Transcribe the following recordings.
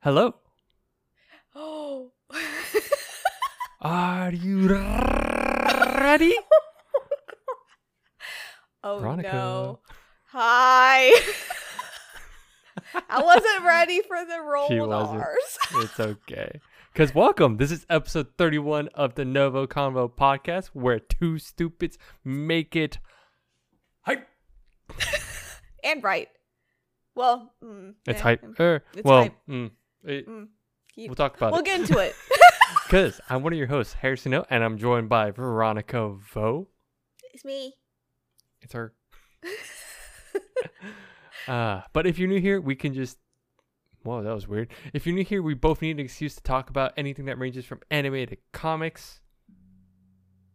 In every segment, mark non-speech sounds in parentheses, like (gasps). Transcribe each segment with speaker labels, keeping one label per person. Speaker 1: Hello.
Speaker 2: (gasps) Oh.
Speaker 1: Are you ready?
Speaker 2: oh
Speaker 1: Veronica.
Speaker 2: no. (laughs) Hi. I wasn't ready for the roll
Speaker 1: She
Speaker 2: of
Speaker 1: wasn't.
Speaker 2: R's.
Speaker 1: (laughs) it's okay. Because welcome. This is episode 31 of the Novo Convo podcast where two stupids make it hype.
Speaker 2: And right. Well, mm,
Speaker 1: It's
Speaker 2: eh,
Speaker 1: hype.
Speaker 2: mm,
Speaker 1: Er,
Speaker 2: It's
Speaker 1: well,
Speaker 2: hype.
Speaker 1: mm, it-
Speaker 2: mm. You-
Speaker 1: we'll talk about
Speaker 2: We'll
Speaker 1: it.
Speaker 2: get
Speaker 1: (laughs)
Speaker 2: into it.
Speaker 1: Because I'm one of your hosts, Harrison O, and I'm joined by Veronica Vo.
Speaker 2: it's me.
Speaker 1: It's her. (laughs) Uh, but if you're new here, we can just. Whoa, that was weird. If you're new here, we both need an excuse to talk about anything that ranges from anime to comics.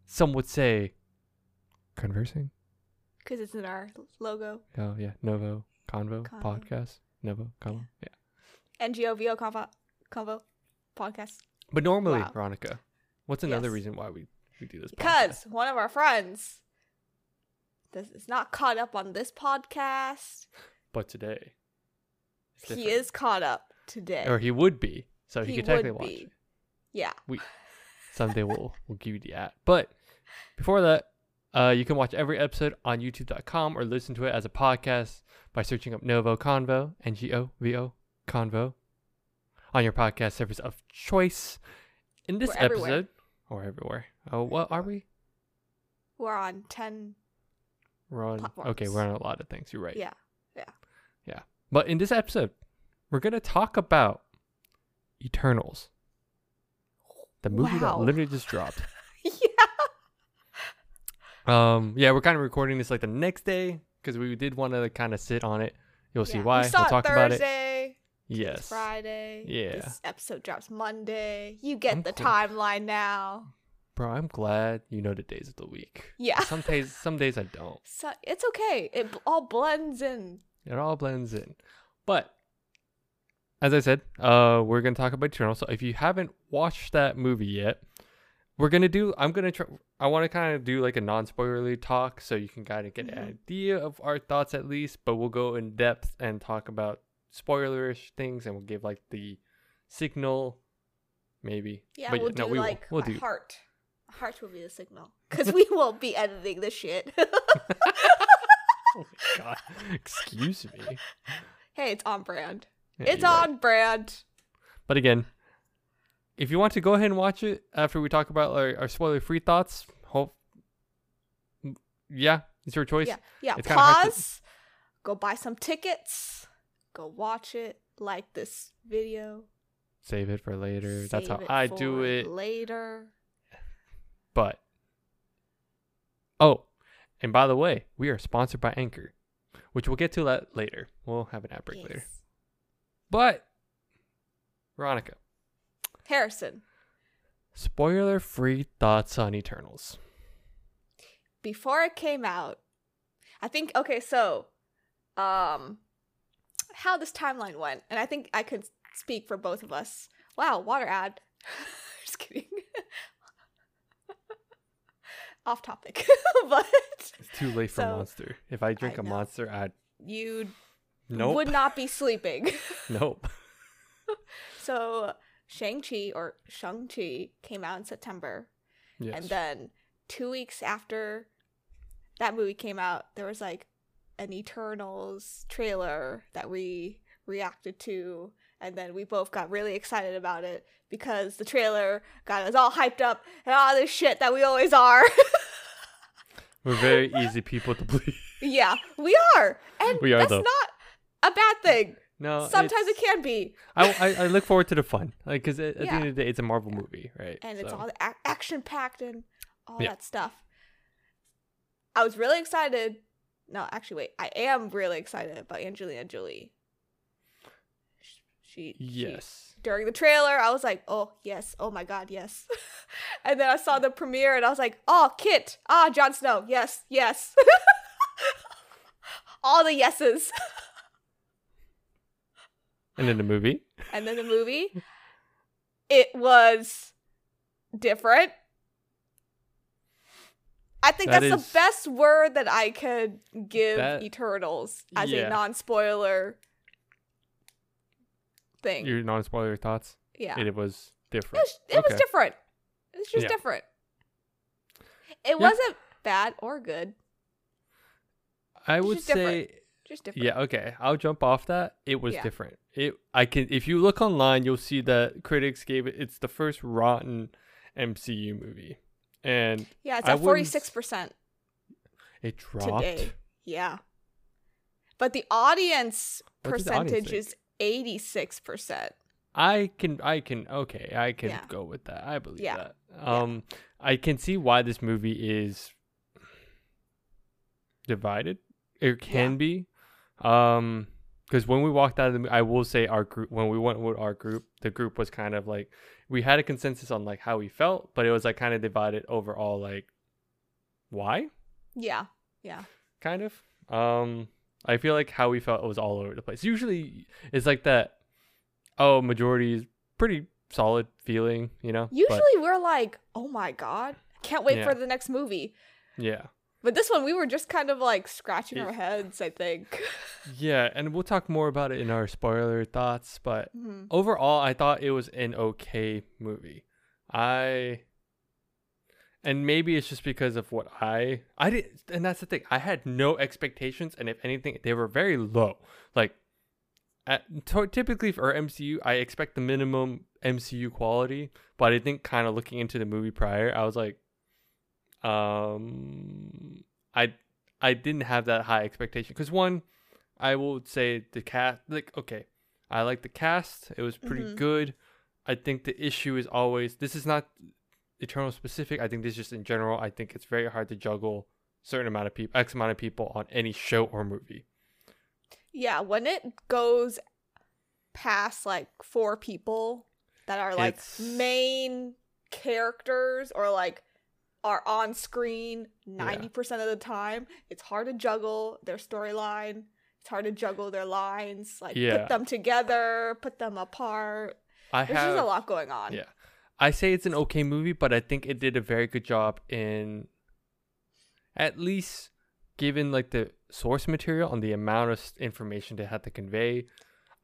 Speaker 1: Some would say conversing.
Speaker 2: Because it's in our logo.
Speaker 1: Oh, yeah. Novo, Convo,
Speaker 2: Convo.
Speaker 1: podcast. Novo, Convo. Yeah.
Speaker 2: NGOVO convo, convo podcast.
Speaker 1: But normally,
Speaker 2: Wow.
Speaker 1: Veronica, what's another
Speaker 2: Yes.
Speaker 1: reason why we, we do this? podcast?
Speaker 2: Because one of our friends this is not caught up on this podcast.
Speaker 1: But today. it's
Speaker 2: He
Speaker 1: different.
Speaker 2: is caught up today.
Speaker 1: Or he would be. So he,
Speaker 2: He
Speaker 1: could technically
Speaker 2: would
Speaker 1: watch
Speaker 2: be.
Speaker 1: it.
Speaker 2: yeah.
Speaker 1: someday we'll we'll give you the ad. But before that, uh, you can watch every episode on YouTube.com or listen to it as a podcast by searching up Novo Convo N G O V O Convo on your podcast service of choice. In this
Speaker 2: We're
Speaker 1: episode,
Speaker 2: everywhere.
Speaker 1: or everywhere. Oh, what are we?
Speaker 2: We're on 10.
Speaker 1: We're on. Okay,
Speaker 2: Platforms.
Speaker 1: we're on a lot of things. You're right.
Speaker 2: Yeah. Yeah.
Speaker 1: Yeah. But in this episode, we're gonna talk about Eternals, the movie that
Speaker 2: Wow.
Speaker 1: literally just dropped.
Speaker 2: yeah.
Speaker 1: Um, yeah, we're kind of recording this like the next day because we did want to kind of sit on it. You'll see
Speaker 2: Yeah.
Speaker 1: why.
Speaker 2: We saw
Speaker 1: we'll
Speaker 2: it
Speaker 1: talk about it.
Speaker 2: Thursday. It's
Speaker 1: Yes.
Speaker 2: Friday.
Speaker 1: Yeah.
Speaker 2: This episode drops Monday. You get
Speaker 1: I'm
Speaker 2: the
Speaker 1: cool.
Speaker 2: timeline now.
Speaker 1: Bro, I'm glad you know the days of the week.
Speaker 2: Yeah.
Speaker 1: Some days some days I don't.
Speaker 2: So it's okay. It bl- all blends in.
Speaker 1: It all blends in. But as I said, uh we're going to talk about Eternal. So if you haven't watched that movie yet, we're going to do I'm going to try I want to kind of do like a non-spoilerly talk so you can kind of get an
Speaker 2: Mhm.
Speaker 1: idea of our thoughts at least, but we'll go in depth and talk about spoilerish things and we'll give like the signal maybe.
Speaker 2: Yeah,
Speaker 1: But
Speaker 2: we'll
Speaker 1: no,
Speaker 2: do
Speaker 1: we will.
Speaker 2: like
Speaker 1: We'll
Speaker 2: a
Speaker 1: do.
Speaker 2: heart. A heart will be the signal because we won't be editing this
Speaker 1: (laughs)
Speaker 2: shit.
Speaker 1: (laughs)
Speaker 2: (laughs)
Speaker 1: Oh my God. Excuse me.
Speaker 2: hey, it's on brand.
Speaker 1: Yeah,
Speaker 2: it's
Speaker 1: you're right.
Speaker 2: on brand.
Speaker 1: But again, if you want to go ahead and watch it after we talk about our, our spoiler free thoughts, hope yeah, it's your choice.
Speaker 2: Yeah, yeah.
Speaker 1: it's kinda hard to-
Speaker 2: Pause. Go buy some tickets. Go watch it. Like this video.
Speaker 1: Save it for later. That's
Speaker 2: Save
Speaker 1: how I
Speaker 2: for
Speaker 1: do it.
Speaker 2: later.
Speaker 1: But oh, and by the way, we are sponsored by Anchor, which we'll get to that later. We'll have an ad break later.
Speaker 2: Yes.
Speaker 1: But Veronica,
Speaker 2: Harrison,
Speaker 1: spoiler free thoughts on Eternals.
Speaker 2: before it came out, I think okay, so um how this timeline went, and I think I could speak for both of us. Wow, water ad. (laughs) Just kidding. (laughs) Off topic. (laughs) but
Speaker 1: It's too late for
Speaker 2: So,
Speaker 1: Monster. If I drink a
Speaker 2: know.
Speaker 1: Monster, I'd
Speaker 2: you
Speaker 1: nope,
Speaker 2: would not be sleeping.
Speaker 1: (laughs)
Speaker 2: (laughs)
Speaker 1: nope.
Speaker 2: So Shang-Chi or Shang-Chi came out in September.
Speaker 1: Yes.
Speaker 2: And then two weeks after that movie came out, there was like an Eternals trailer that we reacted to. And then we both got really excited about it because the trailer got us all hyped up and all this shit that we always are. (laughs)
Speaker 1: We're very easy people to please.
Speaker 2: yeah, we are. And
Speaker 1: We are,
Speaker 2: that's
Speaker 1: though.
Speaker 2: not a bad thing.
Speaker 1: (laughs) No,
Speaker 2: Sometimes it
Speaker 1: it's-
Speaker 2: can be.
Speaker 1: I, I I look forward to the fun, like because at, at the
Speaker 2: Yeah.
Speaker 1: end of the day, it's a Marvel movie, right?
Speaker 2: and it's
Speaker 1: So,
Speaker 2: all the ac action packed and all
Speaker 1: Yeah.
Speaker 2: that stuff. I was really excited. No, actually, wait. I am really excited about Angelina Jolie. Sh- She, she-
Speaker 1: Yes.
Speaker 2: during the trailer, I was like, "Oh yes, oh my God, yes," (laughs) and then I saw the premiere, and I was like, "Oh, Kit, ah, Jon Snow, yes, yes." (laughs) All the yeses,
Speaker 1: And in the
Speaker 2: (sighs)
Speaker 1: movie,
Speaker 2: and then the movie, it was different. I think
Speaker 1: That
Speaker 2: that's
Speaker 1: is-
Speaker 2: the best word that I could give
Speaker 1: That-
Speaker 2: Eternals as
Speaker 1: Yeah.
Speaker 2: a non spoiler thing.
Speaker 1: Your non spoiler thoughts?
Speaker 2: yeah.
Speaker 1: It, was
Speaker 2: It
Speaker 1: different.
Speaker 2: was, it was
Speaker 1: Okay.
Speaker 2: different. It was just
Speaker 1: Yeah.
Speaker 2: different. It wasn't bad or good.
Speaker 1: I
Speaker 2: it's
Speaker 1: would
Speaker 2: just different.
Speaker 1: say
Speaker 2: Just different.
Speaker 1: Yeah, okay. I'll jump off that. It was
Speaker 2: Yeah.
Speaker 1: different. It I can if you look online, you'll see that critics gave it it's the first rotten MCU movie. And
Speaker 2: Yeah, it's
Speaker 1: I
Speaker 2: at forty
Speaker 1: wouldn't s-
Speaker 2: six percent
Speaker 1: it dropped.
Speaker 2: today. Yeah. But the audience
Speaker 1: What did the audience
Speaker 2: percentage
Speaker 1: think?
Speaker 2: is eighty six percent.
Speaker 1: I can I can okay, I can
Speaker 2: Yeah.
Speaker 1: go with that. I believe
Speaker 2: Yeah.
Speaker 1: that. Um I can see why this movie is divided. It can be. Um because when we walked out of the mo- I will say our group when we went with our group, the group was kind of like we had a consensus on like how we felt, but it was like kind of divided overall like why?
Speaker 2: Yeah.
Speaker 1: kind of. Um, I feel like how we felt was all over the place. Usually, it's like that. Oh, majority is pretty solid feeling, you know. but-
Speaker 2: Usually we're like, Oh my god, can't wait
Speaker 1: Yeah.
Speaker 2: for the next movie.
Speaker 1: yeah,
Speaker 2: But this one we were just kind of like scratching
Speaker 1: Yeah.
Speaker 2: our heads,
Speaker 1: (laughs)
Speaker 2: I think.
Speaker 1: yeah, and we'll talk more about it in our spoiler thoughts. But
Speaker 2: Mhm.
Speaker 1: overall, I thought it was an okay movie. I and maybe it's just because of what I I did, not and that's the thing. I had no expectations, and if anything, they were very low. Like, at, to- typically for MCU, I expect the minimum MCU quality, but I think kind of looking into the movie prior, I was like, um, I I didn't have that high expectation because one, I will say the cast like okay, I like the cast. It was pretty
Speaker 2: Mhm.
Speaker 1: good. I think the issue is always this is not Eternal specific. I think this is just in general. I think it's very hard to juggle certain amount of people, x amount of people on any show or movie.
Speaker 2: Yeah, when it goes past like four people that are like
Speaker 1: It's-
Speaker 2: main characters or like are on screen 90% of the time, it's hard to juggle their storyline. It's hard to juggle their lines, like
Speaker 1: Yeah.
Speaker 2: put them together, put them apart.
Speaker 1: I
Speaker 2: There's
Speaker 1: have
Speaker 2: just a lot going on.
Speaker 1: Yeah. I say it's an okay movie, but I think it did a very good job in at least given like the source material and the amount of s- information they had to convey.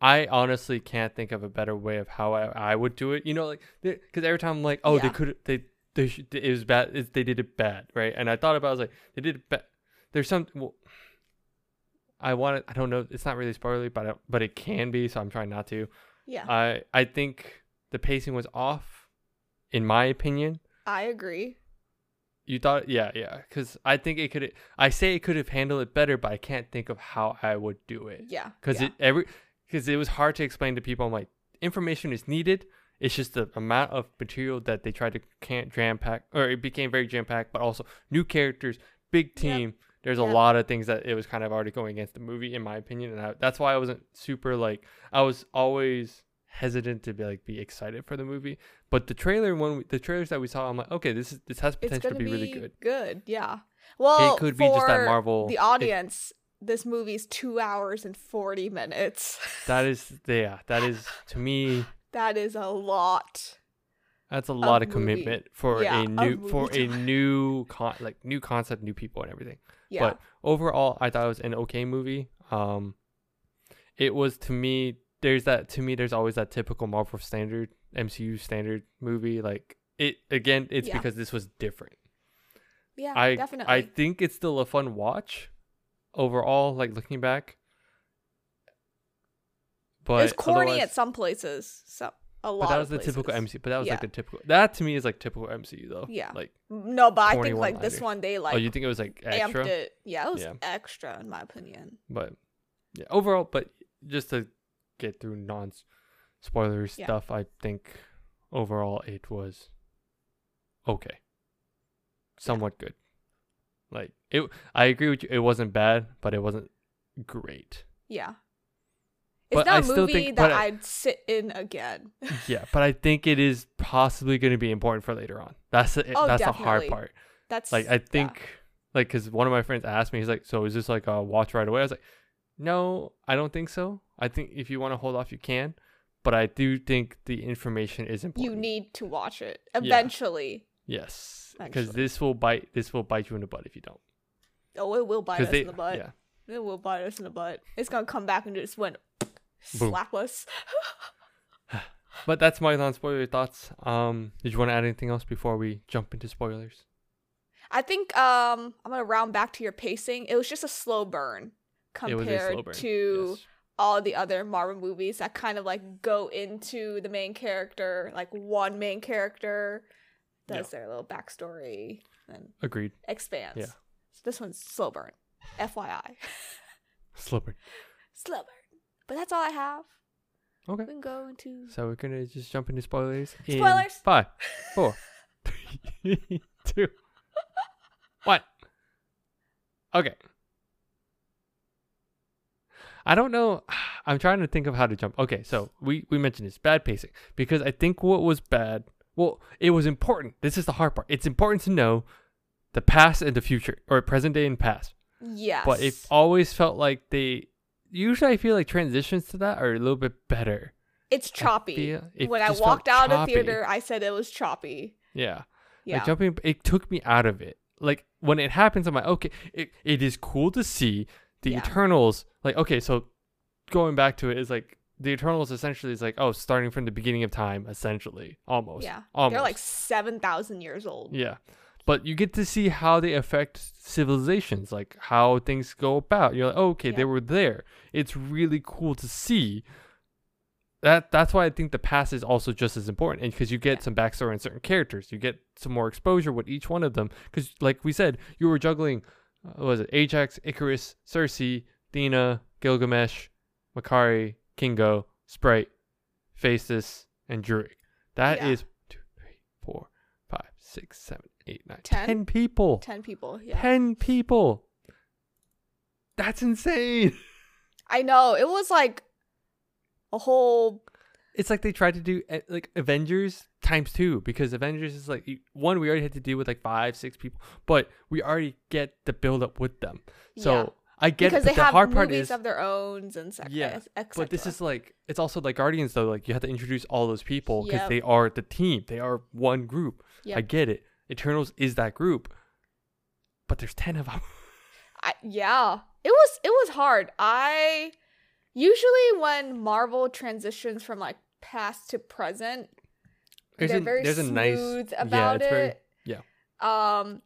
Speaker 1: I honestly can't think of a better way of how I, I would do it. You know, like because every time I'm like, oh, they
Speaker 2: Yeah.
Speaker 1: could they they sh- it was bad. It, they did it bad, right? And I thought about it, I was like, they did it bad. There's some. Well, I want to. I don't know. It's not really spoilery, but I, but it can be. So I'm trying not to.
Speaker 2: Yeah,
Speaker 1: I I think the pacing was off, in my opinion.
Speaker 2: I agree.
Speaker 1: You thought, yeah, yeah, because I think it could. I say it could have handled it better, but I can't think of how I would do it.
Speaker 2: Yeah.
Speaker 1: Because
Speaker 2: yeah.
Speaker 1: it every because it was hard to explain to people. I'm like, information is needed. It's just the amount of material that they tried to can't jam pack, or it became very jam packed. But also new characters, big team. There's
Speaker 2: Yep.
Speaker 1: a lot of things that it was kind of already going against the movie, in my opinion, and I, that's why I wasn't super like I was always hesitant to be like be excited for the movie. But the trailer when we, the trailers that we saw, I'm like, okay, this is this has
Speaker 2: it's
Speaker 1: potential
Speaker 2: going
Speaker 1: to be,
Speaker 2: to
Speaker 1: really good.
Speaker 2: Good, yeah. Well,
Speaker 1: it could be just that
Speaker 2: for
Speaker 1: Marvel.
Speaker 2: the
Speaker 1: it-
Speaker 2: audience this movie's two hours and 40 minutes
Speaker 1: that is yeah. That is to me.
Speaker 2: (laughs) that is a lot
Speaker 1: That's a lot of,
Speaker 2: movie.
Speaker 1: commitment for
Speaker 2: Yeah,
Speaker 1: a
Speaker 2: of
Speaker 1: new for
Speaker 2: movie
Speaker 1: a
Speaker 2: (laughs)
Speaker 1: new con like new concept, new people and everything.
Speaker 2: yeah
Speaker 1: But overall, I thought it was an okay movie. Um, it was to me. There's that to me. There's always that typical Marvel standard MCU standard movie. Like it again. It's
Speaker 2: Yeah.
Speaker 1: because this was different.
Speaker 2: yeah
Speaker 1: I
Speaker 2: definitely
Speaker 1: I think it's still a fun watch overall. Like looking back, but
Speaker 2: it's corny
Speaker 1: otherwise-
Speaker 2: at some places so a lot
Speaker 1: But that was
Speaker 2: of
Speaker 1: the typical
Speaker 2: places.
Speaker 1: MCU. But that was
Speaker 2: Yeah.
Speaker 1: like the typical. That to me is like typical MCU though.
Speaker 2: Yeah.
Speaker 1: Like
Speaker 2: Mm, no but i
Speaker 1: corny
Speaker 2: think like this
Speaker 1: one-liners.
Speaker 2: one they like
Speaker 1: oh, you think it was like extra,
Speaker 2: amped it yeah it was
Speaker 1: Yeah.
Speaker 2: extra in my opinion
Speaker 1: but yeah, overall, but just to get through non spoiler
Speaker 2: Yeah.
Speaker 1: stuff, I think overall it was okay, somewhat good. Like it, I agree with you. It wasn't bad, but it wasn't great.
Speaker 2: yeah it's
Speaker 1: But
Speaker 2: not
Speaker 1: I
Speaker 2: a
Speaker 1: still
Speaker 2: movie
Speaker 1: think-
Speaker 2: that
Speaker 1: but I-
Speaker 2: i'd sit in again (laughs)
Speaker 1: yeah, but I think it is possibly going to be important for later on. That's the,
Speaker 2: Oh,
Speaker 1: that's the hard
Speaker 2: definitely.
Speaker 1: part.
Speaker 2: that's
Speaker 1: like I
Speaker 2: yeah.
Speaker 1: think like because one of my friends asked me, he's like, "So is this like a watch right away?" I was like, "No, I don't think so. I think if you want to hold off, you can, but I do think the information is important.
Speaker 2: you need to watch it eventually
Speaker 1: yes, because
Speaker 2: Actually.
Speaker 1: this will bite. This will bite you in the butt if you don't.
Speaker 2: oh it will bite us
Speaker 1: Because they,
Speaker 2: in the butt
Speaker 1: yeah,
Speaker 2: It will bite us in the butt. It's gonna come back and just went
Speaker 1: Boom.
Speaker 2: slap us.
Speaker 1: But that's my non-spoiler thoughts. Um, did you want to add anything else before we jump into spoilers?
Speaker 2: I think um I'm gonna round back to your pacing. It was just a slow burn compared to
Speaker 1: Yes.
Speaker 2: all the other Marvel movies that kind of like go into the main character, like one main character does their little backstory and
Speaker 1: Agreed.
Speaker 2: expands.
Speaker 1: Yeah.
Speaker 2: So this one's slow burn. FYI.
Speaker 1: Slippery.
Speaker 2: (laughs) slow burn. But that's all I have.
Speaker 1: Okay.
Speaker 2: We can go into
Speaker 1: So we're gonna just jump into spoilers. in
Speaker 2: Spoilers.
Speaker 1: Five, four, (laughs) three, two, one. Okay. I don't know. (sighs) I'm trying to think of how to jump. Okay, so we we mentioned this bad pacing because I think what was bad. Well, it was important. This is the hard part. It's important to know the past and the future, or present day and past.
Speaker 2: Yes.
Speaker 1: But it always felt like they. Usually, I feel like transitions to that are a little bit better.
Speaker 2: it's choppy.
Speaker 1: feel- it
Speaker 2: when I
Speaker 1: just felt
Speaker 2: walked out of
Speaker 1: choppy.
Speaker 2: theater, I said it was choppy.
Speaker 1: Yeah.
Speaker 2: Yeah.
Speaker 1: Like jumping, it took me out of it. Like when it happens, I'm like, okay, it, it is cool to see the
Speaker 2: Yeah.
Speaker 1: Eternals. Like, okay, so going back to it is like the Eternals essentially is like, oh, starting from the beginning of time, essentially, almost.
Speaker 2: yeah.
Speaker 1: almost.
Speaker 2: They're like 7,000 years old.
Speaker 1: yeah. But you get to see how they affect civilizations, like how things go about. You're like, oh, okay,
Speaker 2: Yeah.
Speaker 1: they were there. It's really cool to see. That that's why I think the past is also just as important, and because you get
Speaker 2: Yeah.
Speaker 1: some backstory on certain characters, you get some more exposure with each one of them. Because like we said, you were juggling, uh, what was it Ajax, Icarus, Cersei, Dina, Gilgamesh, Makari, Kingo, Sprite, Phaestus, and Druid. That
Speaker 2: Yeah.
Speaker 1: is two, three, four, five, six, seven, eight, nine, ten
Speaker 2: Ten?
Speaker 1: people.
Speaker 2: 10 people. Yeah.
Speaker 1: Ten people. That's insane. (laughs)
Speaker 2: I know. It was like a whole.
Speaker 1: It's like they tried to do eh, like Avengers times two because Avengers is like you- one we already had to deal with like five six people, but we already get the build up with them. So
Speaker 2: yeah.
Speaker 1: I get
Speaker 2: because
Speaker 1: it, but
Speaker 2: they
Speaker 1: the
Speaker 2: have
Speaker 1: hard part
Speaker 2: movies
Speaker 1: is
Speaker 2: of their own and sec-
Speaker 1: Yeah,
Speaker 2: et- et
Speaker 1: but this
Speaker 2: cetera.
Speaker 1: is like it's also like Guardians though like you have to introduce all those people because
Speaker 2: Yep.
Speaker 1: they are the team they are one group. I
Speaker 2: Yep.
Speaker 1: get it. Eternals is that group, but there's ten of them.
Speaker 2: I, yeah it was it was hard i usually when marvel transitions from like past to present
Speaker 1: There's
Speaker 2: they're
Speaker 1: a,
Speaker 2: very
Speaker 1: there's a nice
Speaker 2: smooth
Speaker 1: yeah,
Speaker 2: about
Speaker 1: it's very-
Speaker 2: it
Speaker 1: yeah.
Speaker 2: um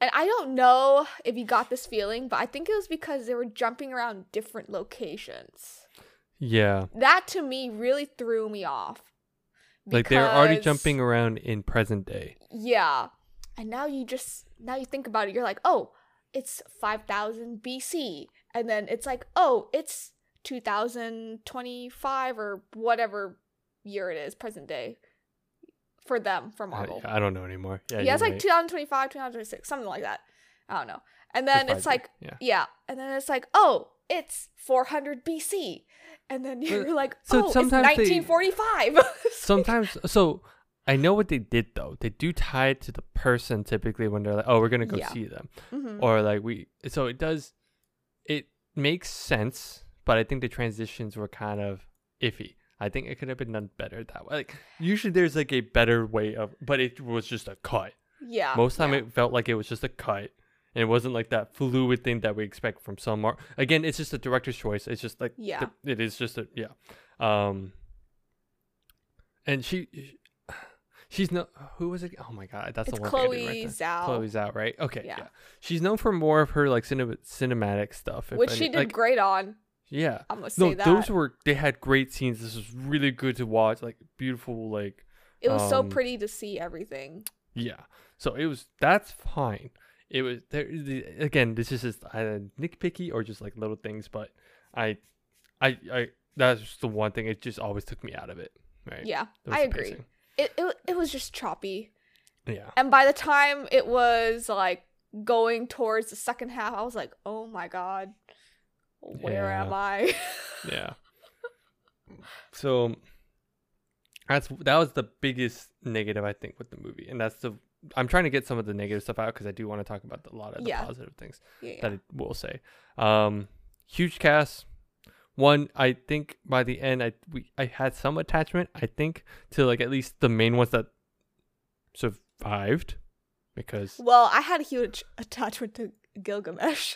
Speaker 2: and i don't know if you got this feeling but i think it was because they were jumping around different locations
Speaker 1: yeah.
Speaker 2: that to me really threw me off
Speaker 1: Like they're already
Speaker 2: because-
Speaker 1: jumping around in present day.
Speaker 2: Yeah. And now you just now you think about it, you're like, oh, it's five thousand BC, and then it's like, oh, it's two thousand twenty five or whatever year it is, present day, for them for
Speaker 1: I,
Speaker 2: Marvel.
Speaker 1: I don't know anymore. Uh, Yeah,
Speaker 2: yeah, it's
Speaker 1: you're
Speaker 2: like
Speaker 1: right.
Speaker 2: 2025, 2026, something like that. I don't know. And
Speaker 1: It's
Speaker 2: then it's
Speaker 1: five years.
Speaker 2: like, yeah, and then it's like, oh, it's 400 BC, and then you're like,
Speaker 1: so
Speaker 2: oh, it's
Speaker 1: sometimes they-
Speaker 2: (laughs) 1945.
Speaker 1: yeah. Sometimes so I know what they did though. They do tie it to the person typically when they're like, oh, we're gonna go
Speaker 2: Yeah.
Speaker 1: see them,
Speaker 2: Mhm.
Speaker 1: or like we. So it does, it makes sense, but I think the transitions were kind of iffy. I think it could have been done better that way. Like usually there's like a better way of, but it was just a cut.
Speaker 2: yeah,
Speaker 1: Most time
Speaker 2: Uh, yeah.
Speaker 1: it felt like it was just a cut. And it wasn't like that fluid thing that we expect from some art. Again, it's just a director's choice. It's just like
Speaker 2: Yeah.
Speaker 1: the- it is just a yeah. Um and she she's no who was it? Oh my god, that's
Speaker 2: it's
Speaker 1: the one
Speaker 2: Chloe
Speaker 1: right there.
Speaker 2: Zhao.
Speaker 1: Chloe's out, right? Okay, yeah.
Speaker 2: Yeah.
Speaker 1: She's known for more of her like cinema, cinematic stuff, if
Speaker 2: which she
Speaker 1: any-
Speaker 2: did
Speaker 1: like,
Speaker 2: great on.
Speaker 1: yeah.
Speaker 2: I'm gonna say
Speaker 1: No,
Speaker 2: that
Speaker 1: those were they had great scenes. This was really good to watch. Like beautiful like
Speaker 2: it was so
Speaker 1: um,
Speaker 2: pretty to see everything.
Speaker 1: Yeah. So it was that's fine. It was there the, again. This is just either nitpicky or just like little things, but I, I, I that's just the one thing. It just always took me out of it. Right.
Speaker 2: Yeah,
Speaker 1: It was
Speaker 2: I
Speaker 1: the
Speaker 2: agree.
Speaker 1: pacing.
Speaker 2: It, it it was just choppy,
Speaker 1: Yeah.
Speaker 2: and by the time it was like going towards the second half, I was like, oh my god, where
Speaker 1: Yeah.
Speaker 2: am I? (laughs)
Speaker 1: Yeah. so that's that was the biggest negative I think with the movie, and that's the I'm trying to get some of the negative stuff out because I do want to talk about a lot of the
Speaker 2: Yeah.
Speaker 1: positive things.
Speaker 2: yeah,
Speaker 1: that I will say. Um, huge cast. One, I think by the end, I we I had some attachment. I think to like at least the main ones that survived, because
Speaker 2: Well, I had a huge attachment to Gilgamesh.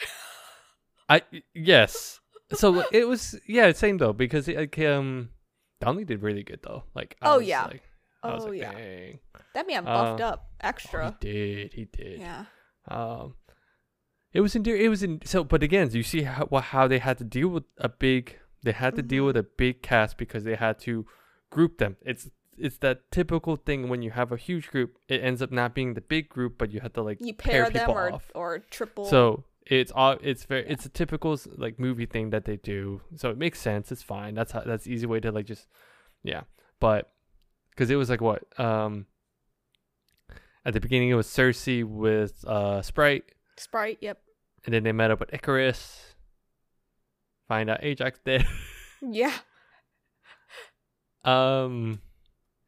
Speaker 2: (laughs)
Speaker 1: I yes. So it was yeah, same though because it, like um, Donnelly did really good though. Like
Speaker 2: Oh,
Speaker 1: was,
Speaker 2: yeah.
Speaker 1: like- I was
Speaker 2: Oh,
Speaker 1: like,
Speaker 2: yeah.
Speaker 1: dang.
Speaker 2: That man buffed
Speaker 1: Uh,
Speaker 2: up
Speaker 1: Oh,
Speaker 2: extra.
Speaker 1: he did. He did.
Speaker 2: yeah.
Speaker 1: Um, it was in. It was in. So, but again, you see how wha- how they had to deal with a big. They had to deal
Speaker 2: Mhm.
Speaker 1: with a big cast because they had to group them. It's it's that typical thing when you have a huge group, it ends up not being the big group, but you have to like
Speaker 2: You pair, them
Speaker 1: people
Speaker 2: or
Speaker 1: off.
Speaker 2: or triple.
Speaker 1: So it's all it's very it's a typical s- like movie thing that they do. So it makes sense. It's fine. That's how that's the easy way to like just yeah. But because it was like what um at the beginning it was Cersei with uh Sprite,
Speaker 2: Sprite. Yep.
Speaker 1: and then they met up with Icarus. Find out Ajax (laughs) dead.
Speaker 2: Yeah.
Speaker 1: um,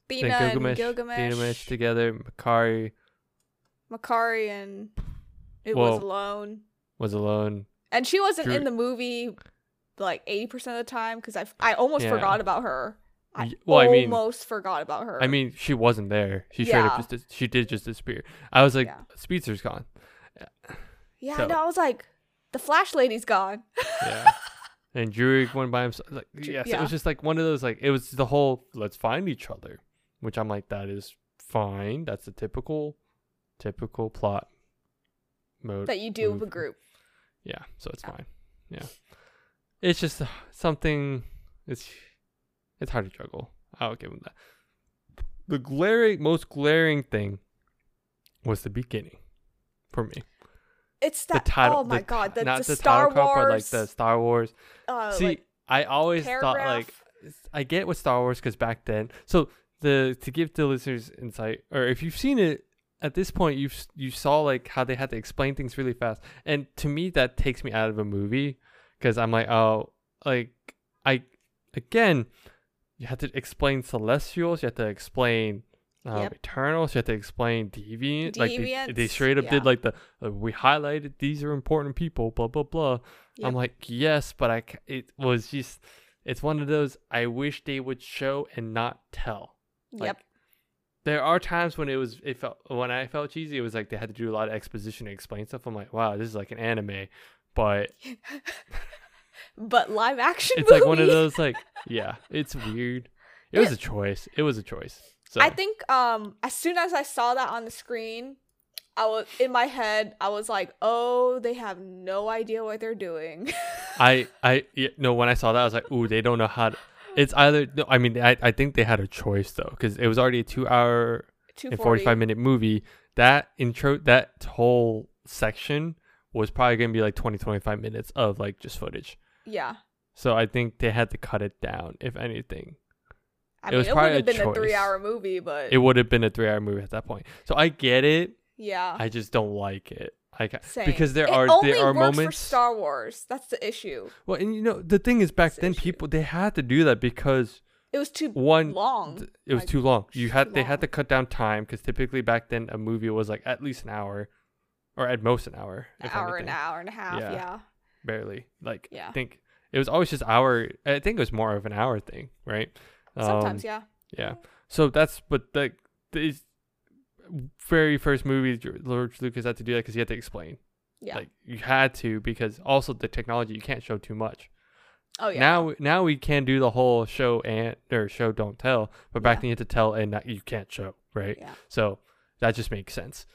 Speaker 1: then
Speaker 2: Bina
Speaker 1: Gilgamesh,
Speaker 2: and Gilgamesh.
Speaker 1: Gilgamesh together. Makari
Speaker 2: Makari and it
Speaker 1: Well-
Speaker 2: was alone.
Speaker 1: was alone.
Speaker 2: And she wasn't
Speaker 1: Drew-
Speaker 2: in the movie like 80% of the time because I, f- I almost
Speaker 1: Yeah.
Speaker 2: forgot about her. I
Speaker 1: Y- well, I mean-
Speaker 2: almost forgot about her.
Speaker 1: I mean, she wasn't there. She straight
Speaker 2: Er. Yeah.
Speaker 1: up just dis- she did just disappear. I was like,
Speaker 2: Yeah.
Speaker 1: Speedster's gone.
Speaker 2: yeah,
Speaker 1: so-
Speaker 2: I know. I was like, the Flash Lady's gone. (laughs)
Speaker 1: yeah. And Druig went by himself. Like,
Speaker 2: Dru-
Speaker 1: yes, it
Speaker 2: yeah.
Speaker 1: was just like one of those like it was the whole let's find each other, which I'm like that is fine. That's the typical, typical plot mode.
Speaker 2: that you do with a
Speaker 1: move.
Speaker 2: group.
Speaker 1: Yeah, so it's
Speaker 2: Yeah.
Speaker 1: fine. Yeah, it's just uh, something. It's it's hard to juggle. I'll give him that. The glaring, most glaring thing was the beginning for me.
Speaker 2: It's
Speaker 1: The
Speaker 2: that.
Speaker 1: title.
Speaker 2: oh my
Speaker 1: the
Speaker 2: god,
Speaker 1: ti-
Speaker 2: the,
Speaker 1: not
Speaker 2: the
Speaker 1: the,
Speaker 2: Star
Speaker 1: title card, but like
Speaker 2: Wars.
Speaker 1: the Star Wars.
Speaker 2: uh,
Speaker 1: See,
Speaker 2: like,
Speaker 1: I always thought like
Speaker 2: paragraph.
Speaker 1: it's- I get with Star Wars because back then, so the to give the listeners insight, or if you've seen it at this point, you you saw like how they had to explain things really fast, and to me that takes me out of a movie because I'm like, oh, like I again, you have to explain Celestials, you have to explain. Um,
Speaker 2: Yep.
Speaker 1: Eternals, you have to explain deviant. Like they, they
Speaker 2: Deviants,
Speaker 1: straight up
Speaker 2: yeah.
Speaker 1: did like the uh, we highlighted these are important people. Blah blah blah. I'm
Speaker 2: Yep.
Speaker 1: like yes, but I ca- it was just it's one of those I wish they would show and not tell. like-
Speaker 2: yep.
Speaker 1: There are times when it was it felt when I felt cheesy. It was like they had to do a lot of exposition to explain stuff. I'm like, wow, this is like an anime,
Speaker 2: (laughs)
Speaker 1: but
Speaker 2: but live action.
Speaker 1: it's like one of
Speaker 2: movie.
Speaker 1: those like yeah, it's weird. It was a choice. It was a choice. So
Speaker 2: I think um as soon as I saw that on the screen, I was in my head. I was like, "Oh, they have no idea what they're doing." (laughs)
Speaker 1: I I yeah, no when I saw that I was like, ooh, they don't know how. to... It's either no. I mean, I I think they had a choice though because it was already a two hour
Speaker 2: Two
Speaker 1: and 45 minute movie that intro that whole section was probably going to be like 20 25 minutes of like just footage
Speaker 2: Yeah,
Speaker 1: so i think they had to cut it down if anything It
Speaker 2: I mean,
Speaker 1: was
Speaker 2: it would
Speaker 1: probably
Speaker 2: have
Speaker 1: a
Speaker 2: been a
Speaker 1: choice.
Speaker 2: three-hour movie, but
Speaker 1: it would have been a three hour movie at that point so i get it
Speaker 2: yeah,
Speaker 1: i just don't like it I ca-
Speaker 2: same.
Speaker 1: because there
Speaker 2: It
Speaker 1: are
Speaker 2: only
Speaker 1: there are
Speaker 2: works for
Speaker 1: moments
Speaker 2: Star Wars. That's the issue.
Speaker 1: well and you know the thing is back
Speaker 2: It's an
Speaker 1: then
Speaker 2: issue.
Speaker 1: people they had to do that because
Speaker 2: It was too
Speaker 1: one
Speaker 2: long.
Speaker 1: th- it was
Speaker 2: Like,
Speaker 1: too long you
Speaker 2: too
Speaker 1: had they had to
Speaker 2: long.
Speaker 1: cut down time because typically back then a movie was like at least an hour or at most an hour
Speaker 2: an
Speaker 1: if
Speaker 2: hour,
Speaker 1: anything.
Speaker 2: an hour and a half.
Speaker 1: Yeah.
Speaker 2: Yeah.
Speaker 1: barely. Like I
Speaker 2: Yeah.
Speaker 1: think it was always just hour. I think it was more of an hour thing, right? Um,
Speaker 2: Sometimes, yeah.
Speaker 1: yeah. So that's but like the very first movie Ge- George Lucas had to do that because he had to explain.
Speaker 2: Yeah.
Speaker 1: Like you had to because also the technology you can't show too much.
Speaker 2: Oh yeah.
Speaker 1: Now now we can do the whole show and or show don't tell, but back
Speaker 2: Yeah.
Speaker 1: then you had to tell and not, you can't show, right?
Speaker 2: Yeah.
Speaker 1: So that just makes sense.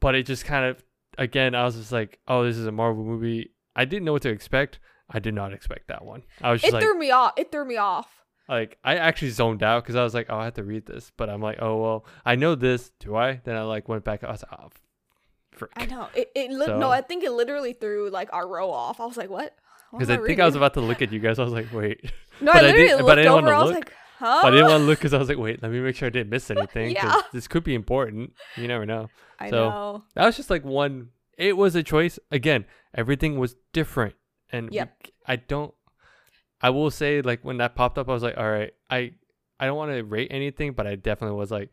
Speaker 1: But it just kind of again, I was just like, oh, this is a Marvel movie. I didn't know what to expect. I did not expect that one. I was
Speaker 2: It
Speaker 1: just like,
Speaker 2: threw me off. It threw me off.
Speaker 1: like I actually zoned out because I was like, oh, I have to read this. But I'm like, oh well, I know this. Do I? Then I like went back. I was like, oh, frick. (laughs)
Speaker 2: I know. It. it li-
Speaker 1: So-
Speaker 2: No, I think it literally threw like our row off. I was like, what? What
Speaker 1: Because I
Speaker 2: am
Speaker 1: think I was
Speaker 2: reading?
Speaker 1: about to look at you guys. I was like, wait. (laughs)
Speaker 2: No,
Speaker 1: but I
Speaker 2: I literally
Speaker 1: didn't-
Speaker 2: looked
Speaker 1: but I didn't
Speaker 2: over.
Speaker 1: wanna
Speaker 2: I was
Speaker 1: look.
Speaker 2: like, huh?
Speaker 1: But I didn't want to look because I was like, wait, let me make sure I didn't miss anything. 'cause
Speaker 2: Oh. (laughs) Yeah.
Speaker 1: This could be important. You never know.
Speaker 2: I
Speaker 1: so-
Speaker 2: know.
Speaker 1: That was just like one. It was a choice. Again, everything was different, and we-
Speaker 2: Yep.
Speaker 1: I don't. I will say, like when that popped up, I was like, "All right, I I don't want to rate anything, but I definitely was like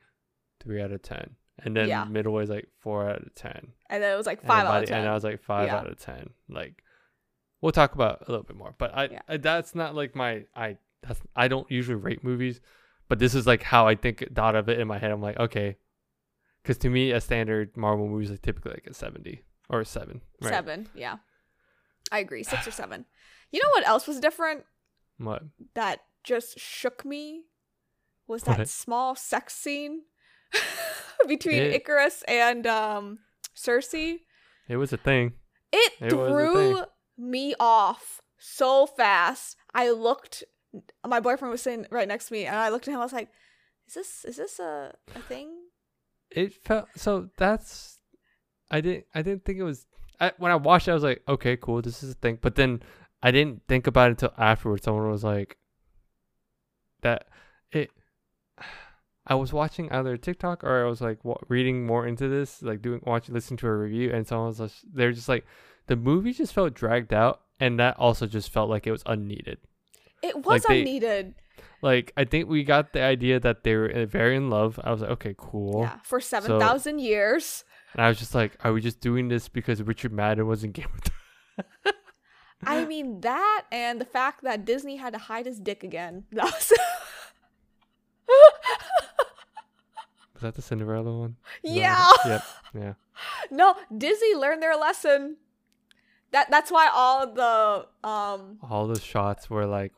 Speaker 1: three out of ten, and then
Speaker 2: Yeah.
Speaker 1: middle was like four out of ten,
Speaker 2: And then it was like
Speaker 1: And
Speaker 2: five
Speaker 1: then by
Speaker 2: out of
Speaker 1: the end,
Speaker 2: ten.
Speaker 1: I was like five
Speaker 2: Yeah.
Speaker 1: out of ten. Like, we'll talk about it a little bit more, but I,
Speaker 2: Yeah.
Speaker 1: I that's not like my I that's I don't usually rate movies, but this is like how I think thought of it in my head. I'm like, okay, because to me, a standard Marvel movie is like typically like a seventy or a seven, right?
Speaker 2: Seven.
Speaker 1: (sighs)
Speaker 2: Yeah. I agree. Six or seven. You know what else was different?
Speaker 1: What?
Speaker 2: That just shook me was that
Speaker 1: What?
Speaker 2: small sex scene (laughs) between
Speaker 1: It-
Speaker 2: Icarus and um Cersei.
Speaker 1: It was a thing.
Speaker 2: It,
Speaker 1: It was a
Speaker 2: threw me off so fast. I looked my boyfriend was sitting right next to me and I looked at him, I was like, Is this is this a, a thing?
Speaker 1: It felt so. That's I didn't. I didn't think it was. I, when I watched it, I was like, okay, cool, this is a thing. But then I didn't think about it until afterwards. Someone was like, that it. (sighs) I was watching either TikTok or I was like wa- reading more into this, like doing watching, listening to a review, and someone was just, they're just like, the movie just felt dragged out, and that also just felt like it was unneeded.
Speaker 2: It was
Speaker 1: they-
Speaker 2: unneeded.
Speaker 1: Like I think we got the idea that they were uh, very in love. I was like, okay, cool.
Speaker 2: yeah, for seven thousand years.
Speaker 1: And I was just like, are we just doing this because Richard Madden was in Game of Thrones? (laughs)
Speaker 2: I mean that and the fact that Disney had to hide his dick again. (laughs) That was-
Speaker 1: Was that the Cinderella one? Is that what it-
Speaker 2: yeah.
Speaker 1: Yep. Yeah.
Speaker 2: No, Disney learned their lesson. That that's why all the um
Speaker 1: All those shots were like,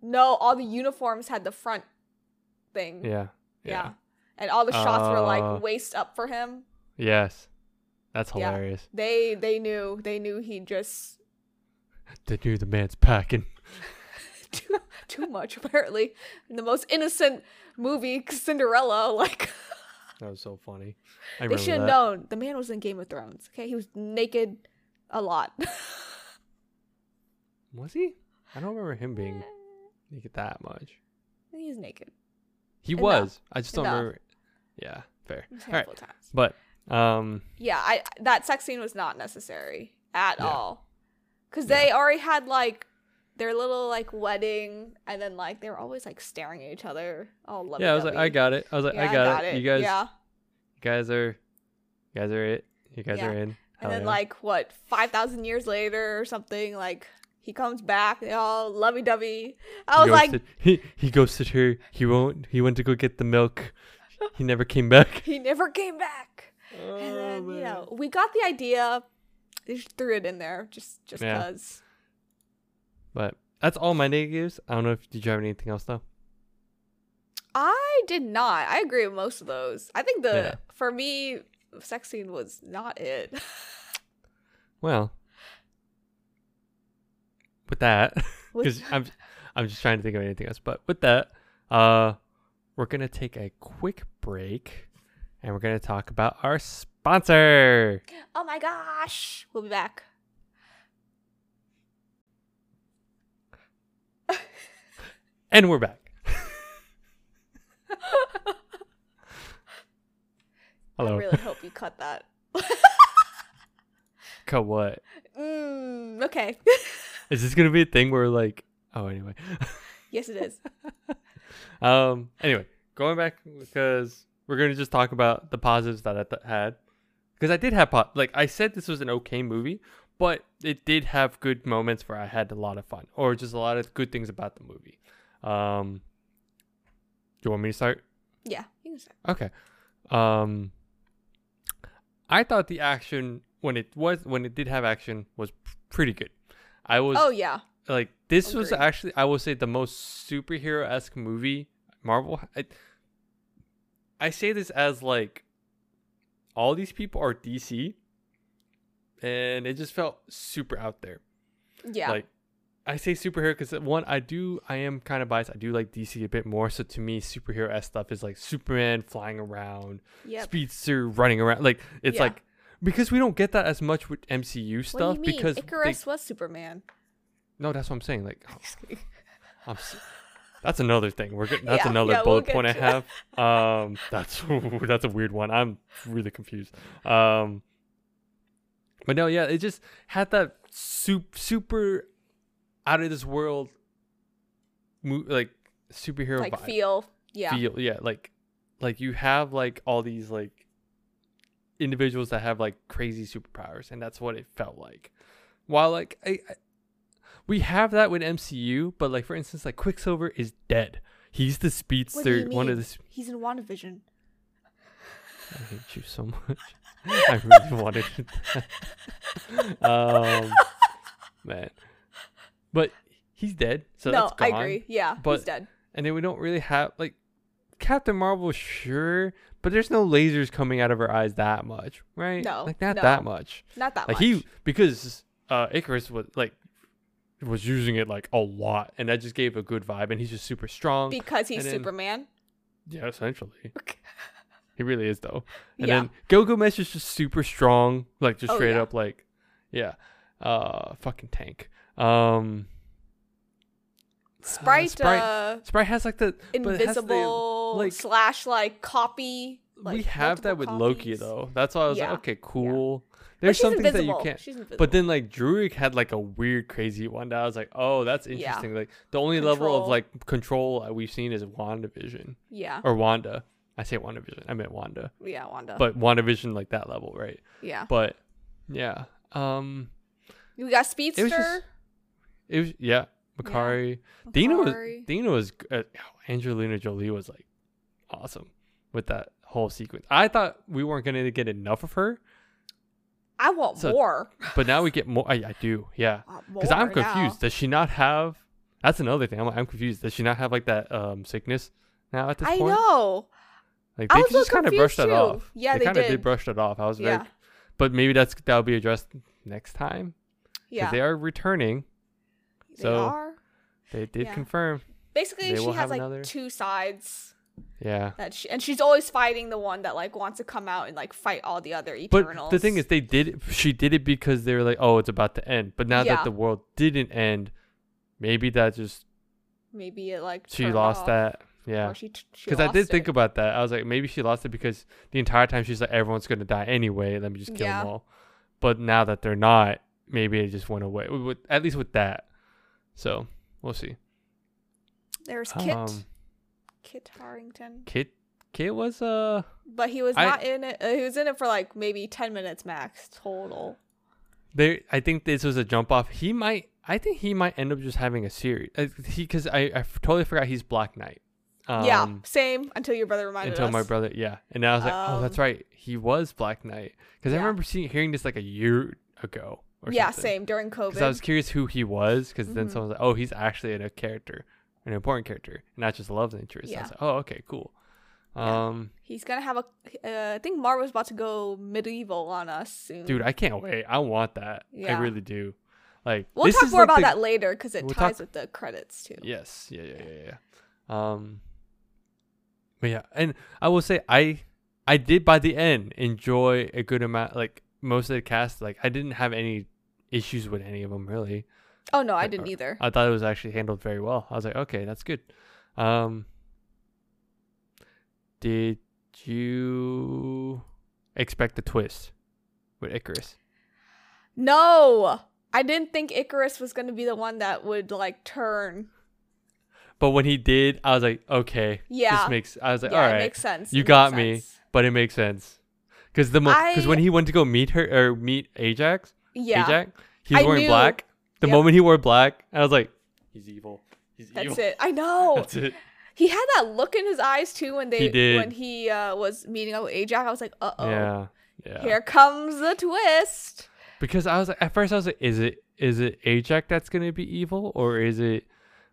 Speaker 2: no, all the uniforms had the front thing.
Speaker 1: yeah.
Speaker 2: Yeah. And all the shots were
Speaker 1: Uh.
Speaker 2: like waist up for him.
Speaker 1: Yes. That's
Speaker 2: Yeah.
Speaker 1: hilarious.
Speaker 2: They they knew. They knew he just (laughs)
Speaker 1: They knew the man's packing. (laughs)
Speaker 2: too, too much apparently. In the most innocent movie, Cinderella, (laughs) like
Speaker 1: That was so funny. I
Speaker 2: they
Speaker 1: remember
Speaker 2: should
Speaker 1: that.
Speaker 2: have known. The man was in Game of Thrones. Okay, he was naked a lot.
Speaker 1: Was he? I don't remember him being naked that much.
Speaker 2: (laughs) He's naked.
Speaker 1: He
Speaker 2: Enough.
Speaker 1: was. I just don't
Speaker 2: Enough.
Speaker 1: remember. Yeah. Fair.
Speaker 2: a
Speaker 1: All right.
Speaker 2: handful of times.
Speaker 1: But um,
Speaker 2: yeah i that sex scene was not necessary at
Speaker 1: Yeah.
Speaker 2: all because they already had like their little like wedding and then like they were always like staring at each other all lovey
Speaker 1: yeah, I was like, I got it. I was like, I, got it. You guys, Oh,
Speaker 2: yeah
Speaker 1: you guys are, you guys are it. You guys
Speaker 2: Yeah.
Speaker 1: are in. Hell
Speaker 2: and then
Speaker 1: yeah.
Speaker 2: like what 5000 years later or something like he comes back they all lovey-dovey i was
Speaker 1: he
Speaker 2: like
Speaker 1: ghosted- he he ghosted her. He won't. He went to go get the milk. He never came (laughs) back.
Speaker 2: he never came back
Speaker 1: Oh,
Speaker 2: and then you know we got the idea they just threw it in there just just
Speaker 1: Yeah.
Speaker 2: because
Speaker 1: But that's all my negatives. I don't know if did you have anything else though.
Speaker 2: I did not. I agree with most of those. I think the
Speaker 1: Yeah.
Speaker 2: for me sex scene was not it. (laughs)
Speaker 1: Well, with that, (laughs)
Speaker 2: With-
Speaker 1: because I'm I'm just trying to think of anything else. But with that, uh, we're gonna take a quick break, and we're gonna talk about our sponsor.
Speaker 2: oh my gosh. We'll be (laughs) back.
Speaker 1: And we're back. Hello.
Speaker 2: I Oh, really hope you cut (laughs) that.
Speaker 1: Cut what?
Speaker 2: Mm, (laughs) okay.
Speaker 1: Is this gonna be a thing where like oh anyway.
Speaker 2: yes it is.
Speaker 1: Um. Anyway, going back because we're gonna just talk about the positives that I th- had because I did have po- like I said this was an okay movie, but it did have good moments where I had a lot of fun or just a lot of good things about the movie. Um. Do you want me to start?
Speaker 2: Yeah. You can start.
Speaker 1: Okay. Um I thought the action when it was when it did have action was p- pretty good. I was
Speaker 2: Oh yeah.
Speaker 1: like this was
Speaker 2: Agreed.
Speaker 1: actually I will say the most superhero esque movie Marvel. I, I say this as like all these people are DC, and it just felt super out there.
Speaker 2: Yeah.
Speaker 1: Like I say superhero because one I do I am kind of biased. I do like DC a bit more, so to me superhero esque stuff is like Superman flying around,
Speaker 2: yep.
Speaker 1: speedster running around. Like it's
Speaker 2: Yeah.
Speaker 1: like because we don't get that as much with MCU
Speaker 2: What do
Speaker 1: stuff
Speaker 2: you mean?
Speaker 1: because they-
Speaker 2: Icarus was
Speaker 1: (laughs)
Speaker 2: Superman.
Speaker 1: no, that's what I'm saying. Like
Speaker 2: Just kidding.
Speaker 1: I'm s that's another thing. We're good. That's
Speaker 2: Yeah,
Speaker 1: another
Speaker 2: yeah, we'll
Speaker 1: bullet point I
Speaker 2: get
Speaker 1: have.
Speaker 2: (laughs)
Speaker 1: Um, that's (laughs) that's a weird one. I'm really confused. Um, but no, yeah, it just had that super super out of this world, mo- like superhero
Speaker 2: like
Speaker 1: vibe
Speaker 2: feel. Yeah.
Speaker 1: feel yeah like like you have like all these like individuals that have like crazy superpowers and that's what it felt like while like I, I we have that with MCU but like for instance like Quicksilver is dead he's the
Speaker 2: What do you
Speaker 1: speedster one of
Speaker 2: mean?
Speaker 1: the sp-
Speaker 2: He's in WandaVision.
Speaker 1: I hate you so much (laughs) I really wanted
Speaker 2: (laughs)
Speaker 1: it um man but he's dead, (laughs) so
Speaker 2: no,
Speaker 1: that's
Speaker 2: I
Speaker 1: gone.
Speaker 2: agree. Yeah, he's
Speaker 1: But-
Speaker 2: dead.
Speaker 1: And then we don't really have like Captain Marvel, sure, but there's no lasers coming out of her eyes that much, right?
Speaker 2: No,
Speaker 1: like not
Speaker 2: no.
Speaker 1: that much.
Speaker 2: Not that
Speaker 1: like
Speaker 2: much.
Speaker 1: he because uh Icarus was like was using it like a lot, and that just gave a good vibe. And he's just super strong.
Speaker 2: because he's
Speaker 1: and then-
Speaker 2: Superman.
Speaker 1: yeah, essentially. He really is though. And
Speaker 2: yeah.
Speaker 1: then Gilgamesh is just super strong, like just
Speaker 2: Oh,
Speaker 1: straight
Speaker 2: yeah.
Speaker 1: up like yeah. Uh fucking tank. Um
Speaker 2: Sprite, uh,
Speaker 1: Sprite- Sprite has like the but it has the-
Speaker 2: invisible
Speaker 1: like-
Speaker 2: slash like copy. Like,
Speaker 1: we have that with
Speaker 2: multiple
Speaker 1: Loki
Speaker 2: copies.
Speaker 1: though. That's why I was
Speaker 2: Yeah,
Speaker 1: like, okay,
Speaker 2: yeah.
Speaker 1: cool.
Speaker 2: But
Speaker 1: There's
Speaker 2: she's
Speaker 1: some things that you
Speaker 2: invisible.
Speaker 1: can't.
Speaker 2: She's invisible.
Speaker 1: But then like Druid had like a weird, crazy one that I was like, oh, that's interesting. Like the only level of
Speaker 2: Control.
Speaker 1: like control that we've seen is WandaVision
Speaker 2: yeah,
Speaker 1: or Wanda. I say WandaVision. I meant Wanda,
Speaker 2: yeah, Wanda.
Speaker 1: but WandaVision like that level, right?
Speaker 2: yeah,
Speaker 1: But yeah, um,
Speaker 2: we got
Speaker 1: it
Speaker 2: Speedster.
Speaker 1: was just it was yeah. Makari, Dina was
Speaker 2: Makari.
Speaker 1: Dina was g- uh, Angelina Jolie was like awesome with that whole sequence. I thought we weren't gonna get enough of her.
Speaker 2: I want
Speaker 1: so-
Speaker 2: more.
Speaker 1: But now we get more. I, I do, yeah. (laughs) Because
Speaker 2: Because
Speaker 1: I'm confused. Does she not have? That's another thing. I'm, I'm confused. Does she not have like that um sickness now at this
Speaker 2: I
Speaker 1: point?
Speaker 2: know.
Speaker 1: Like
Speaker 2: I
Speaker 1: they
Speaker 2: was a
Speaker 1: just
Speaker 2: little
Speaker 1: kind of brushed
Speaker 2: confused
Speaker 1: that
Speaker 2: too.
Speaker 1: off.
Speaker 2: Yeah, they
Speaker 1: kind of
Speaker 2: did.
Speaker 1: did brush it off. I was very.
Speaker 2: Yeah.
Speaker 1: But maybe that's that'll be addressed next time. 'cause
Speaker 2: Yeah,
Speaker 1: They are returning.
Speaker 2: they
Speaker 1: so-
Speaker 2: are.
Speaker 1: They did
Speaker 2: Yeah.
Speaker 1: confirm.
Speaker 2: Basically,
Speaker 1: they
Speaker 2: she
Speaker 1: will
Speaker 2: has
Speaker 1: have
Speaker 2: like
Speaker 1: another-
Speaker 2: two sides
Speaker 1: Yeah.
Speaker 2: that she and she's always fighting the one that like wants to come out and like fight all the other
Speaker 1: But
Speaker 2: Eternals.
Speaker 1: the thing is, they did. it- She did it because they were like, "Oh, it's about to end." But now
Speaker 2: Yeah.
Speaker 1: that the world didn't end, maybe that just
Speaker 2: maybe it like
Speaker 1: she
Speaker 2: turned
Speaker 1: lost
Speaker 2: off,
Speaker 1: that. Yeah.
Speaker 2: or she because
Speaker 1: Because I did think about that. I was like, maybe she lost it because the entire time she's like, everyone's going to die anyway. Let me just kill
Speaker 2: Yeah.
Speaker 1: them all. But now that they're not, maybe it just went away. With, with- at least with that. So we'll see.
Speaker 2: there's Kit
Speaker 1: Um,
Speaker 2: Kit Harrington,
Speaker 1: Kit, Kit was uh,
Speaker 2: but he was
Speaker 1: I-
Speaker 2: not in it. Uh, he was in it for like maybe ten minutes max total.
Speaker 1: there. I think this was a jump off. He might. I think he might end up just having a series. Uh, he because I, I f- totally forgot he's Black Knight. Um,
Speaker 2: yeah, same until your brother reminded
Speaker 1: Until
Speaker 2: us.
Speaker 1: my brother, yeah, and I was like, oh, that's
Speaker 2: Um,
Speaker 1: right, he was Black Knight. Because I
Speaker 2: yeah.
Speaker 1: remember seeing hearing this like a year ago. Or
Speaker 2: yeah,
Speaker 1: something.
Speaker 2: same during COVID.
Speaker 1: Because I was curious who he was, because then
Speaker 2: Mhm.
Speaker 1: someone's like, "Oh, he's actually a character, an important character, and not just a love interest." I
Speaker 2: Yeah.
Speaker 1: was like, "Oh, okay, cool."
Speaker 2: Yeah.
Speaker 1: Um,
Speaker 2: He's gonna have a. Uh, I think Marvel's about to go medieval on us soon.
Speaker 1: dude, I can't wait. I want that.
Speaker 2: Yeah.
Speaker 1: I really do. Like,
Speaker 2: we'll
Speaker 1: this
Speaker 2: talk
Speaker 1: is
Speaker 2: more
Speaker 1: like
Speaker 2: about
Speaker 1: the-
Speaker 2: that later because it
Speaker 1: we'll
Speaker 2: ties
Speaker 1: talk-
Speaker 2: with the credits too.
Speaker 1: Yes. Yeah. Yeah. Yeah. Yeah. Um. But yeah, and I will say I I did by the end enjoy a good amount. Like most of the cast, like I didn't have any issues with any of them really.
Speaker 2: Oh no, I
Speaker 1: Like,
Speaker 2: didn't
Speaker 1: uh,
Speaker 2: either.
Speaker 1: I thought it was actually handled very well. I was like, okay, that's good. Um, did you expect the twist with Icarus?
Speaker 2: no, I didn't think Icarus was gonna be the one that would like turn.
Speaker 1: But when he did, I was like, okay,
Speaker 2: Yeah,
Speaker 1: this makes. I was like,
Speaker 2: yeah,
Speaker 1: all
Speaker 2: it
Speaker 1: right,
Speaker 2: makes sense.
Speaker 1: you
Speaker 2: it makes
Speaker 1: got me.
Speaker 2: sense.
Speaker 1: but it makes sense because the because
Speaker 2: I-
Speaker 1: when he went to go meet her or meet Ajax,
Speaker 2: Yeah,
Speaker 1: Ajax, he was
Speaker 2: I
Speaker 1: wearing
Speaker 2: knew.
Speaker 1: black. The
Speaker 2: Yep.
Speaker 1: moment he wore black, I was like, he's evil. He's
Speaker 2: that's
Speaker 1: evil.
Speaker 2: it. I know.
Speaker 1: (laughs) That's it.
Speaker 2: He had that look in his eyes too when they
Speaker 1: He did.
Speaker 2: when he uh, was meeting up with Ajax. I was like, uh oh,
Speaker 1: Yeah. Yeah.
Speaker 2: here comes the twist.
Speaker 1: because I was like, at first I was like, is it is it Ajax that's gonna be evil or is it?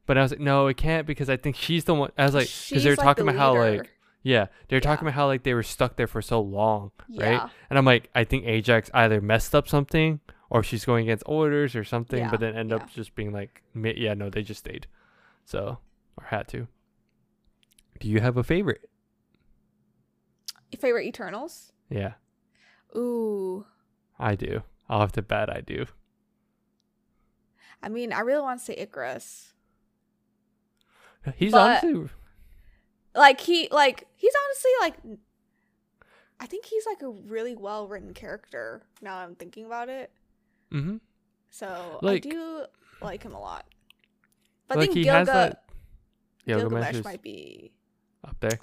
Speaker 1: But I was like, no, it can't because I think she's the one. I was like, because
Speaker 2: She's
Speaker 1: they were
Speaker 2: like
Speaker 1: talking
Speaker 2: the
Speaker 1: about how
Speaker 2: leader.
Speaker 1: like yeah, they were talking
Speaker 2: Yeah.
Speaker 1: about how like they were stuck there for so long,
Speaker 2: Yeah.
Speaker 1: right? And I'm like, I think Ajax either messed up something or she's going against orders or something,
Speaker 2: Yeah,
Speaker 1: but then end
Speaker 2: yeah.
Speaker 1: up just being like, "Ma- yeah, no, they just stayed, so or had to. Do you have a favorite?
Speaker 2: favorite Eternals.
Speaker 1: Yeah,
Speaker 2: Ooh,
Speaker 1: I do. I'll have to bet I do.
Speaker 2: I mean, I really want to say Icarus.
Speaker 1: He's
Speaker 2: But-
Speaker 1: honestly
Speaker 2: Like he, like he's honestly like, I think he's like a really well written character. Now I'm thinking about it,
Speaker 1: hmm
Speaker 2: so
Speaker 1: Like-
Speaker 2: I do like him a lot. But I
Speaker 1: like
Speaker 2: think
Speaker 1: he
Speaker 2: Gilga,
Speaker 1: has that.
Speaker 2: Gilgamesh,
Speaker 1: is
Speaker 2: might be
Speaker 1: up there.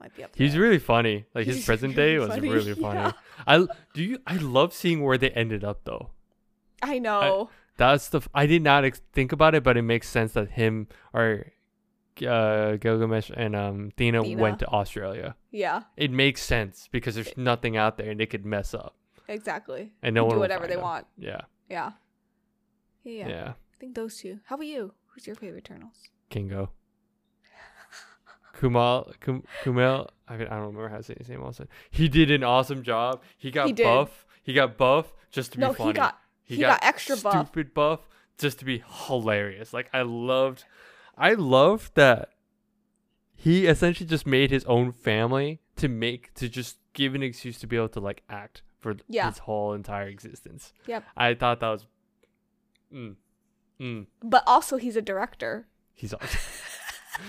Speaker 2: might be up there.
Speaker 1: He's really funny. Like his
Speaker 2: (laughs) He's
Speaker 1: present
Speaker 2: really
Speaker 1: day was
Speaker 2: funny,
Speaker 1: really funny.
Speaker 2: (laughs) yeah.
Speaker 1: I do you. I love seeing where they ended up though.
Speaker 2: I know.
Speaker 1: That's the. f- I did not ex- think about it, but it makes sense that him or uh, Gilgamesh and um Thena
Speaker 2: Thena.
Speaker 1: went to Australia.
Speaker 2: yeah,
Speaker 1: It makes sense because there's nothing out there and they could mess up
Speaker 2: exactly.
Speaker 1: and no
Speaker 2: They
Speaker 1: one
Speaker 2: do
Speaker 1: will
Speaker 2: whatever
Speaker 1: find
Speaker 2: they
Speaker 1: them.
Speaker 2: want.
Speaker 1: Yeah.
Speaker 2: Yeah. yeah.
Speaker 1: Yeah.
Speaker 2: Yeah. I think those two. How about you? Who's your favorite Eternals?
Speaker 1: Kingo.
Speaker 2: (laughs)
Speaker 1: Kumal, Kum, Kumail, I, can, I don't remember how to say his name. Also, he did an awesome job. He got
Speaker 2: He did.
Speaker 1: buff. He got buff just to be
Speaker 2: No,
Speaker 1: funny.
Speaker 2: he got he got extra buff.
Speaker 1: Stupid buff just to be hilarious. Like I loved, I loved that he essentially just made his own family to make to just give an excuse to be able to like act for th-
Speaker 2: Yeah.
Speaker 1: his whole entire existence.
Speaker 2: Yep.
Speaker 1: I thought that was, mm, mm.
Speaker 2: But also he's
Speaker 1: (laughs)
Speaker 2: a director.
Speaker 1: He's awesome.
Speaker 2: (laughs)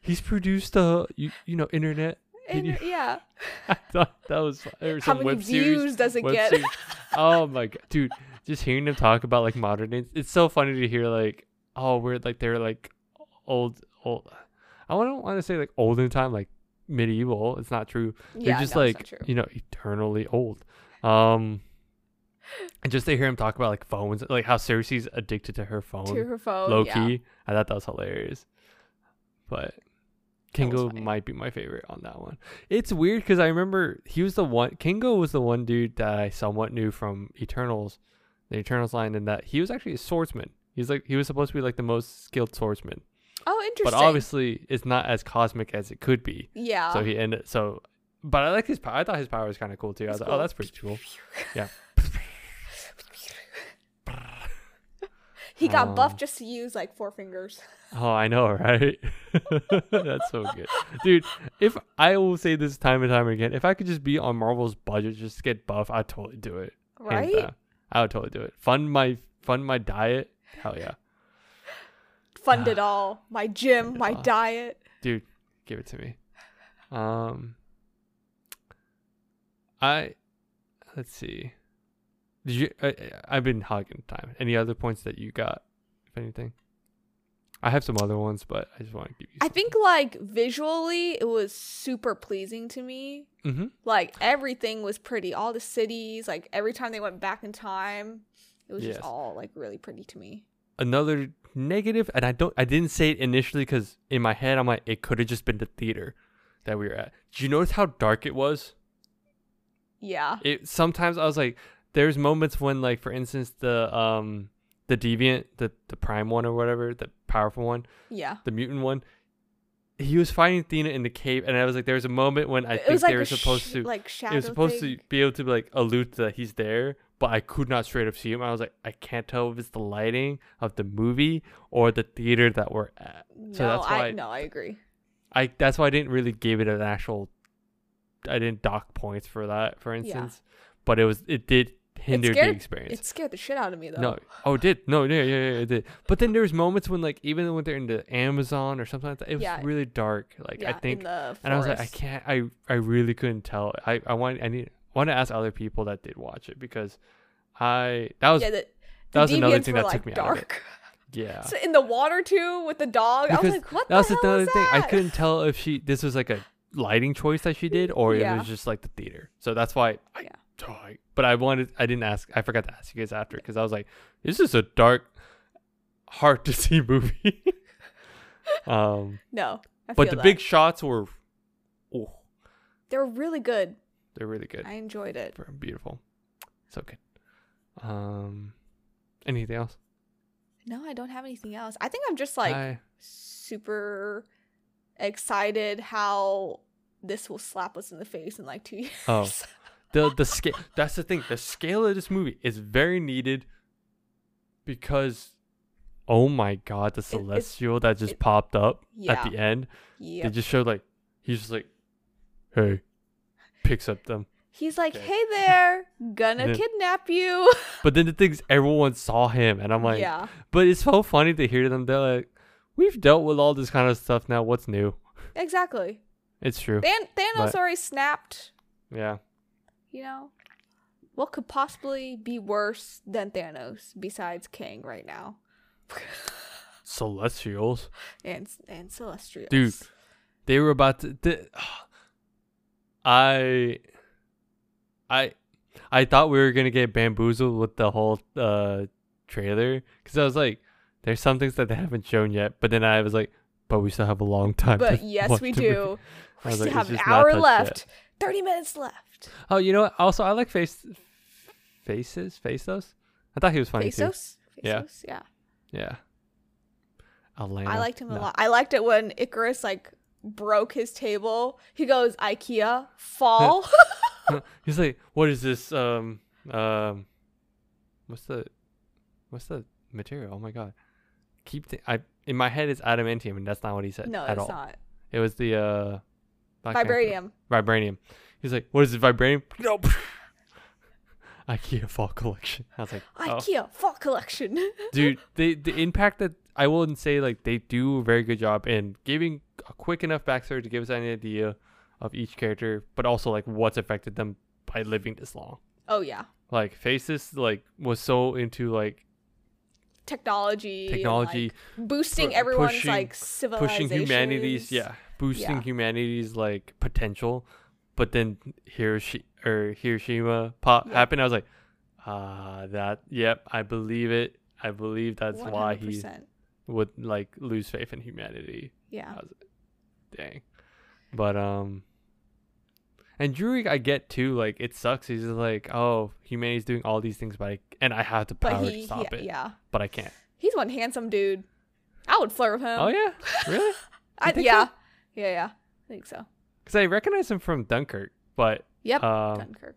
Speaker 1: He's produced uh you, you know internet. (laughs) Did
Speaker 2: And,
Speaker 1: you- (laughs)
Speaker 2: yeah.
Speaker 1: I thought that was fun. There was
Speaker 2: How
Speaker 1: some
Speaker 2: many
Speaker 1: web
Speaker 2: views
Speaker 1: series.
Speaker 2: does it
Speaker 1: web
Speaker 2: get? (laughs)
Speaker 1: series. Oh my god, dude! Just hearing them talk about like modern, it's, it's so funny to hear like oh we're like they're like old old. I don't want to say like olden time like medieval. It's not true. They're
Speaker 2: yeah,
Speaker 1: just
Speaker 2: no, it's
Speaker 1: like
Speaker 2: not true.
Speaker 1: you know eternally old. Um, and just to hear him talk about like phones, like how Cersei's addicted to her phone
Speaker 2: to her phone.
Speaker 1: low
Speaker 2: Oh, yeah.
Speaker 1: key. I thought that was hilarious. But
Speaker 2: That was
Speaker 1: Kingo
Speaker 2: funny.
Speaker 1: might be my favorite on that one. It's weird because I remember he was the one. Kingo was the one dude that I somewhat knew from Eternals, the Eternals line, and that he was actually a swordsman. He's like he was supposed to be like the most skilled swordsman,
Speaker 2: Oh, interesting. Ah.
Speaker 1: but obviously it's not as cosmic as it could be.
Speaker 2: yeah.
Speaker 1: So he ended so. But I like his. pow- I thought his power was kind of cool too. I
Speaker 2: It's
Speaker 1: was like,
Speaker 2: cool.
Speaker 1: oh, that's pretty cool. Yeah.
Speaker 2: he got
Speaker 1: Um,
Speaker 2: buffed just to use like four fingers.
Speaker 1: Oh, I know, (laughs) right? That's so good. Dude, if I will say this time and time again, if I could just be on Marvel's budget just to get buff, I'd totally do it. hands
Speaker 2: Right?
Speaker 1: down. I would totally do it. Fund my fund my diet. Hell yeah. Ah.
Speaker 2: Fund it all. My gym,
Speaker 1: it
Speaker 2: my
Speaker 1: all.
Speaker 2: diet.
Speaker 1: Dude, give it to me. Um I let's see. Did you I, I- I've been hogging time. Any other points that you got, if anything? I have some other ones, but I just want to give you
Speaker 2: I think like visually it was super pleasing to me.
Speaker 1: Mhm.
Speaker 2: Like everything was pretty. All the cities, like every time they went back in time, it was
Speaker 1: Yes.
Speaker 2: just all like really pretty to me.
Speaker 1: another negative and i don't i didn't say it initially because in my head i'm like it could have just been the theater that we were at did you notice how dark it was
Speaker 2: Yeah.
Speaker 1: it sometimes i was like there's moments when like for instance the um the deviant the the prime one or whatever the powerful one
Speaker 2: Yeah.
Speaker 1: the mutant one he was fighting Athena in the cave, and I was like, there was a moment when I
Speaker 2: it
Speaker 1: think
Speaker 2: was like
Speaker 1: they
Speaker 2: a
Speaker 1: were supposed
Speaker 2: sh-
Speaker 1: to.
Speaker 2: like shadow.
Speaker 1: it was supposed
Speaker 2: thing.
Speaker 1: to be able to like allude to that he's there, but I could not straight up see him. I was like, I can't tell if it's the lighting of the movie or the theater that we're at.
Speaker 2: No,
Speaker 1: so that's why-
Speaker 2: I no, I agree.
Speaker 1: I that's why I didn't really give it an actual. I didn't dock points for that, for instance, but it was it did hinder the
Speaker 2: scared-
Speaker 1: experience.
Speaker 2: It scared the shit out of me though.
Speaker 1: No, oh, it did no, yeah, yeah, yeah, it did. But then there was moments when like even when they're in the Amazon or something like that, it was
Speaker 2: Yeah.
Speaker 1: really dark. Like
Speaker 2: yeah,
Speaker 1: I think
Speaker 2: in the
Speaker 1: and I was like, I
Speaker 2: forest.
Speaker 1: can't. I I really couldn't tell. I I want I need want to ask other people that did watch it because I that was
Speaker 2: Yeah, the,
Speaker 1: that was
Speaker 2: the
Speaker 1: another
Speaker 2: deviants
Speaker 1: thing
Speaker 2: were,
Speaker 1: that
Speaker 2: like,
Speaker 1: took me out of it.
Speaker 2: dark.
Speaker 1: yeah.
Speaker 2: So (laughs) in the water too with the dog. I was
Speaker 1: Because
Speaker 2: like, what
Speaker 1: that was
Speaker 2: the hell
Speaker 1: another
Speaker 2: is
Speaker 1: thing. I
Speaker 2: that?
Speaker 1: couldn't tell if she this was like a lighting choice that she did or it
Speaker 2: Yeah.
Speaker 1: was just like the theater. So that's why I,
Speaker 2: Yeah.
Speaker 1: oh, I- but I wanted I didn't ask I forgot to ask you guys after because I was like, this is a dark, hard to (laughs) see movie. um,
Speaker 2: (laughs) No, I
Speaker 1: but
Speaker 2: feel
Speaker 1: the
Speaker 2: that.
Speaker 1: big shots were, oh,
Speaker 2: they were really good.
Speaker 1: they're really good.
Speaker 2: I enjoyed it.
Speaker 1: Ver- Beautiful. So good. Um, anything else?
Speaker 2: No, I don't have anything else. I think I'm just like
Speaker 1: I-
Speaker 2: super excited how this will slap us in the face in like two (laughs) years.
Speaker 1: Oh. the the scale. That's the thing. The scale of this movie is very needed because, oh my god, the
Speaker 2: it's-
Speaker 1: celestial that just
Speaker 2: it-
Speaker 1: popped up
Speaker 2: yeah.
Speaker 1: at the end.
Speaker 2: yeah.
Speaker 1: They just showed like he's just like, hey, picks up them.
Speaker 2: He's like,
Speaker 1: Okay.
Speaker 2: hey there, gonna
Speaker 1: Then-
Speaker 2: kidnap you.
Speaker 1: But then the things everyone saw him, and I'm like,
Speaker 2: yeah.
Speaker 1: but it's so funny to hear them. They're like, we've dealt with all this kind of stuff now. What's new?
Speaker 2: Exactly.
Speaker 1: It's true.
Speaker 2: Than- Thanos
Speaker 1: But-
Speaker 2: already snapped,
Speaker 1: Yeah.
Speaker 2: you know? What could possibly be worse than Thanos besides Kang right now? (laughs)
Speaker 1: Celestials.
Speaker 2: and and Celestials.
Speaker 1: Dude. they were about to the, i i i thought we were gonna get bamboozled with the whole uh trailer because i was like there's some things that they haven't shown yet but then i was like but we still have a long time
Speaker 2: But
Speaker 1: to
Speaker 2: yes,
Speaker 1: (laughs) watch
Speaker 2: we
Speaker 1: the movie."
Speaker 2: do.
Speaker 1: I
Speaker 2: We
Speaker 1: was like,
Speaker 2: still
Speaker 1: it's
Speaker 2: have an
Speaker 1: just not
Speaker 2: hour
Speaker 1: touched
Speaker 2: left. 30 minutes left.
Speaker 1: oh you know what also i like face faces faces i thought he was funny
Speaker 2: Bezos?
Speaker 1: too Yeah.
Speaker 2: Bezos? Yeah.
Speaker 1: yeah Atlanta.
Speaker 2: I liked him a
Speaker 1: no.
Speaker 2: lot. I liked it when Icarus like broke his table. He goes IKEA
Speaker 1: (laughs)
Speaker 2: fall.
Speaker 1: He's like, what is this? Um, um, what's the, what's the material? Oh my god, keep. Th- I in my head it's adamantium, and that's not what he said
Speaker 2: (laughs) no,
Speaker 1: at
Speaker 2: it's
Speaker 1: all.
Speaker 2: not
Speaker 1: It was the uh, I can't remember.
Speaker 2: vibranium.
Speaker 1: Vibranium. He's like, what is it? Vibranium? No. (laughs) IKEA fall collection. I was like, oh.
Speaker 2: IKEA fall collection. (laughs)
Speaker 1: dude the the impact that i will say like they do a very good job in giving a quick enough backstory to give us an idea of each character but also like what's affected them by living this long
Speaker 2: oh yeah,
Speaker 1: like faces like was so into like
Speaker 2: technology. and,
Speaker 1: technology
Speaker 2: like, boosting
Speaker 1: pu-
Speaker 2: everyone's
Speaker 1: pushing-
Speaker 2: like
Speaker 1: pushing
Speaker 2: civilization.
Speaker 1: humanity's yeah boosting
Speaker 2: Yeah.
Speaker 1: humanity's like potential but then Hiroshi- or hiroshima pop
Speaker 2: Yeah.
Speaker 1: happened i was like ah that yep i believe it i believe that's why he
Speaker 2: 100%.
Speaker 1: would like lose faith in humanity
Speaker 2: Yeah.
Speaker 1: dang but um and Druig I get too like it sucks he's just like oh humanity's doing all these things but I, and I have the power
Speaker 2: But
Speaker 1: to
Speaker 2: he,
Speaker 1: stop
Speaker 2: he
Speaker 1: it
Speaker 2: yeah.
Speaker 1: but I can't
Speaker 2: He's one handsome dude. I would flirt with him.
Speaker 1: oh yeah really
Speaker 2: I,
Speaker 1: think
Speaker 2: yeah. Yeah, yeah. I think so.
Speaker 1: because I recognize him from Dunkirk but
Speaker 2: Yep.
Speaker 1: um
Speaker 2: Dunkirk.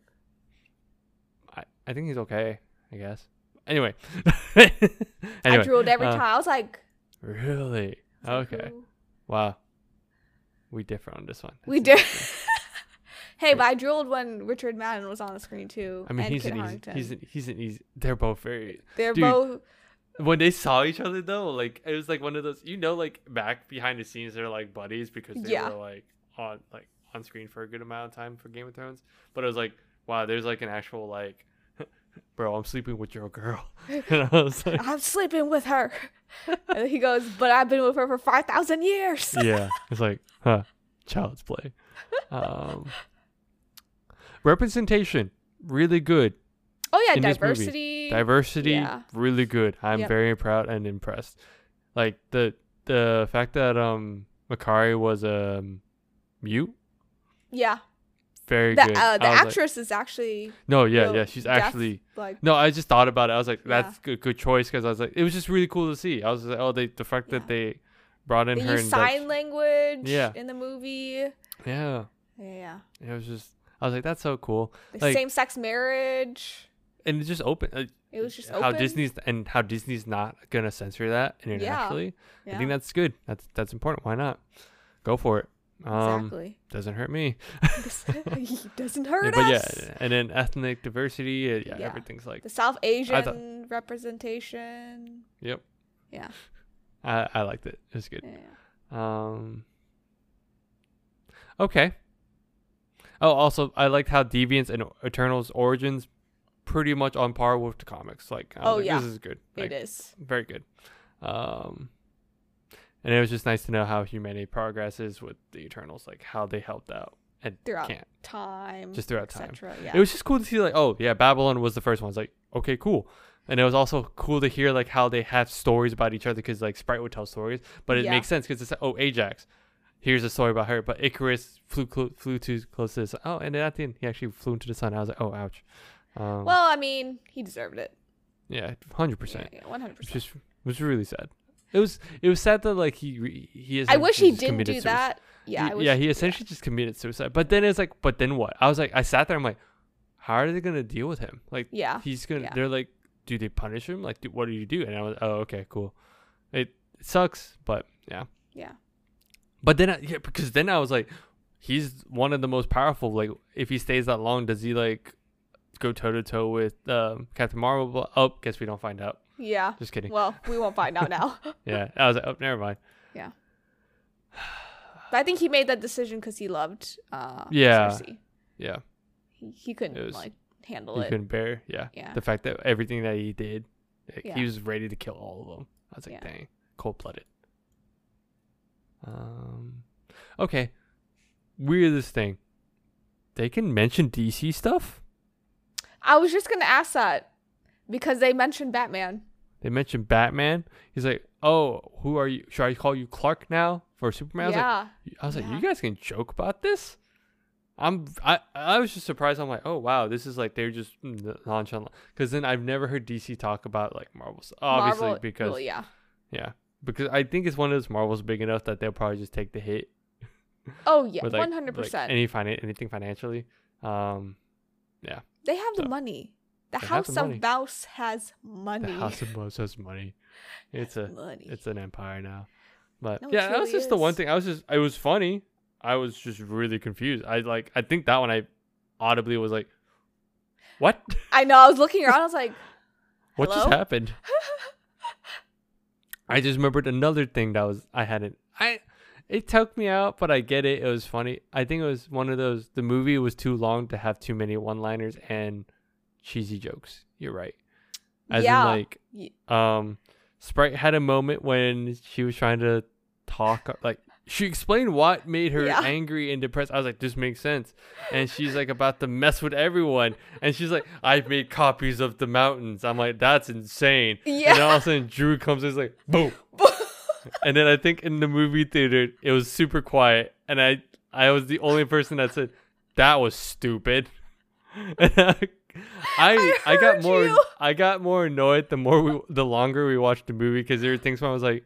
Speaker 1: I, I think he's okay I guess anyway (laughs)
Speaker 2: I
Speaker 1: anyway
Speaker 2: drooled every
Speaker 1: uh,
Speaker 2: time. I was like,
Speaker 1: really
Speaker 2: I was like,
Speaker 1: okay
Speaker 2: "Ooh."
Speaker 1: wow we differ on this one
Speaker 2: We
Speaker 1: That's
Speaker 2: did. (laughs) hey, but I drooled when Richard Madden was on the screen too.
Speaker 1: (laughs) I mean
Speaker 2: and
Speaker 1: he's
Speaker 2: Kit
Speaker 1: an easy
Speaker 2: Harington.
Speaker 1: he's an, he's an easy they're both very
Speaker 2: They're
Speaker 1: dude. (laughs)
Speaker 2: both.
Speaker 1: when they saw each other though, like it was like one of those you know like back behind the scenes they're like buddies because they
Speaker 2: Yeah.
Speaker 1: were like on like on screen for a good amount of time for Game of Thrones. But it was like, wow, there's like an actual like (laughs) bro, I'm sleeping with your girl. (laughs) and I was like
Speaker 2: I'm sleeping
Speaker 1: (laughs)
Speaker 2: with her. and then he goes, but I've been with her for five thousand years.
Speaker 1: Yeah. It's like, huh, child's play. Um Representation, really good.
Speaker 2: Oh yeah,
Speaker 1: In this movie,
Speaker 2: diversity.
Speaker 1: Diversity,
Speaker 2: Yeah.
Speaker 1: really good. I'm
Speaker 2: Yep.
Speaker 1: very proud and impressed. Like the the fact that um Makari was um mute,
Speaker 2: yeah,
Speaker 1: very
Speaker 2: the,
Speaker 1: good.
Speaker 2: uh, the
Speaker 1: I was like-
Speaker 2: actress is actually
Speaker 1: no, yeah,
Speaker 2: real
Speaker 1: yeah, she's
Speaker 2: deaf,
Speaker 1: actually.
Speaker 2: like
Speaker 1: No, I just thought about it. I was like,
Speaker 2: Yeah.
Speaker 1: that's good, good choice because I was like, it was just really cool to see. I was like, oh, they the fact
Speaker 2: Yeah.
Speaker 1: that they brought in
Speaker 2: they
Speaker 1: her
Speaker 2: use
Speaker 1: and like,
Speaker 2: sign language
Speaker 1: Yeah.
Speaker 2: in the movie.
Speaker 1: yeah,
Speaker 2: Yeah, yeah.
Speaker 1: it was just. I was like, that's so cool,
Speaker 2: The
Speaker 1: Like-
Speaker 2: same sex marriage.
Speaker 1: and it's just open. Uh,
Speaker 2: It was just
Speaker 1: how
Speaker 2: open.
Speaker 1: Disney's and how Disney's not gonna censor that internationally. I
Speaker 2: Yeah,
Speaker 1: think that's good. That's that's important. Why not? Go for it. Um,
Speaker 2: exactly.
Speaker 1: Doesn't hurt me.
Speaker 2: (laughs) he doesn't
Speaker 1: Yeah,
Speaker 2: hurt
Speaker 1: but
Speaker 2: us.
Speaker 1: yeah, and then ethnic diversity. uh, yeah,
Speaker 2: Yeah.
Speaker 1: everything's like.
Speaker 2: The South
Speaker 1: thought-
Speaker 2: Asian representation.
Speaker 1: Yep.
Speaker 2: Yeah.
Speaker 1: I, I liked it. It was good.
Speaker 2: Yeah.
Speaker 1: Um. Okay. Oh, also, I liked how Deviants and Eternals origins pretty much on par with the comics. Like, I was
Speaker 2: Oh,
Speaker 1: like,
Speaker 2: yeah.
Speaker 1: this is good. Like,
Speaker 2: it is.
Speaker 1: very good. Um, and it was just nice to know how humanity progresses with the Eternals, like how they helped out and
Speaker 2: Throughout
Speaker 1: can't.
Speaker 2: time.
Speaker 1: Just throughout time.
Speaker 2: etc. Yeah.
Speaker 1: It was just cool to see, like, oh yeah, Babylon was the first one. It's like, okay, cool. And it was also cool to hear like how they have stories about each other because like Sprite would tell stories, but it
Speaker 2: Yeah.
Speaker 1: makes sense because it's like, oh Ajax, here's a story about her, but Icarus flew clo- flew too close to the sun. Oh, and then at the end he actually flew into the sun. I was like, oh ouch. Um,
Speaker 2: well, I mean, he deserved it.
Speaker 1: yeah, hundred
Speaker 2: Yeah,
Speaker 1: percent.
Speaker 2: yeah, 100%.
Speaker 1: Which is which is really sad. It was it was sad that like he re- he is.
Speaker 2: I wish he didn't do that. Yeah. I wish
Speaker 1: yeah, he essentially just committed suicide. But then it's like, but then what? I was like, I sat there. I'm like, how are they gonna deal with him? Like,
Speaker 2: Yeah.
Speaker 1: he's gonna.
Speaker 2: yeah.
Speaker 1: They're like, do they punish him? Like, do, what do you do? And I was, oh, okay, cool. It, it sucks, but yeah.
Speaker 2: Yeah.
Speaker 1: But then, I, yeah, because then I was like, he's one of the most powerful. Like, if he stays that long, does he like go toe to toe with um, Captain Marvel? Blah- Oh, guess we don't find out.
Speaker 2: Yeah.
Speaker 1: Just kidding.
Speaker 2: Well, we won't find
Speaker 1: (laughs)
Speaker 2: out now. (laughs) but
Speaker 1: yeah, I was like, oh, never mind.
Speaker 2: I think he made that decision because he loved uh,
Speaker 1: Yeah.
Speaker 2: Cersei.
Speaker 1: Yeah,
Speaker 2: He, he couldn't
Speaker 1: It was-
Speaker 2: like handle
Speaker 1: he
Speaker 2: it.
Speaker 1: couldn't bear. Yeah.
Speaker 2: Yeah.
Speaker 1: the fact that everything that he did, like,
Speaker 2: Yeah.
Speaker 1: he was ready to kill all of them. I was like,
Speaker 2: Yeah.
Speaker 1: dang, cold blooded. Um, okay, weirdest thing, they can mention DC stuff.
Speaker 2: I was just gonna ask that because they mentioned Batman.
Speaker 1: They mentioned Batman. He's like, oh, who are you? Should I call you Clark now for Superman? I was like,
Speaker 2: yeah.
Speaker 1: I was like,
Speaker 2: Yeah.
Speaker 1: you guys can joke about this. I'm I I was just surprised. I'm like, oh wow, this is like they're just n- nonchalant. Because then I've never heard DC talk about like Marvel, s- obviously
Speaker 2: Marvel-
Speaker 1: because
Speaker 2: well, yeah.
Speaker 1: yeah, because I think it's one of those Marvels big enough that they'll probably just take the hit.
Speaker 2: Oh yeah,
Speaker 1: with, like-
Speaker 2: one hundred
Speaker 1: Like
Speaker 2: percent.
Speaker 1: any finan- anything financially. Um,
Speaker 2: They have the
Speaker 1: so-
Speaker 2: money. The
Speaker 1: They have
Speaker 2: House
Speaker 1: the
Speaker 2: of
Speaker 1: money.
Speaker 2: Mouse has money.
Speaker 1: the House of Mouse has money. It's a
Speaker 2: money.
Speaker 1: it's an empire now. But
Speaker 2: No, it
Speaker 1: yeah, that was
Speaker 2: truly
Speaker 1: just the one
Speaker 2: is.
Speaker 1: thing. I was just it was funny. I was just really confused. I like I think that one I audibly was like, "What?
Speaker 2: I know. I was looking around. I was like,
Speaker 1: What just
Speaker 2: Hello?
Speaker 1: happened?" (laughs) I just remembered another thing that was I hadn't. I it took me out, but I get it. It was funny. I think it was one of those. The movie was too long to have too many one-liners and cheesy jokes. You're right. (laughs) As
Speaker 2: Yeah.
Speaker 1: in like
Speaker 2: Ye-
Speaker 1: um Sprite had a moment when she was trying to talk uh, like she explained what made her
Speaker 2: Yeah.
Speaker 1: angry and depressed. I was like, this makes sense. And she's like about to mess with everyone. And she's like, I've made copies of the mountains. I'm like, that's insane. And then all of a sudden Drew comes in is like, boom. And then I think in the movie theater it was super quiet. And I I was the only person that said, That was stupid. (laughs) And I I,
Speaker 2: I
Speaker 1: I got
Speaker 2: heard
Speaker 1: more
Speaker 2: you.
Speaker 1: I got more annoyed the more we the longer we watched the movie because there were things where I was like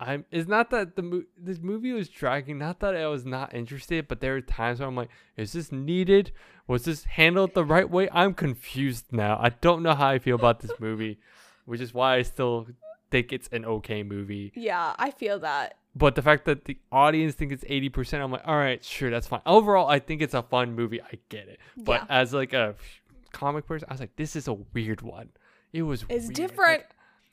Speaker 1: I'm it's not that the mo- this movie was dragging not that I was not interested but there were times where I'm like is this needed was this handled the right way I'm confused now I don't know how I feel about this movie which is why I still think it's an okay movie
Speaker 2: (laughs) yeah, I feel that.
Speaker 1: but the fact that the audience think it's 80% i'm like all right sure that's fine overall i think it's a fun movie i get it but
Speaker 2: Yeah.
Speaker 1: as like a comic person i was like this is a weird one it was
Speaker 2: It's
Speaker 1: weird.
Speaker 2: different.
Speaker 1: Like,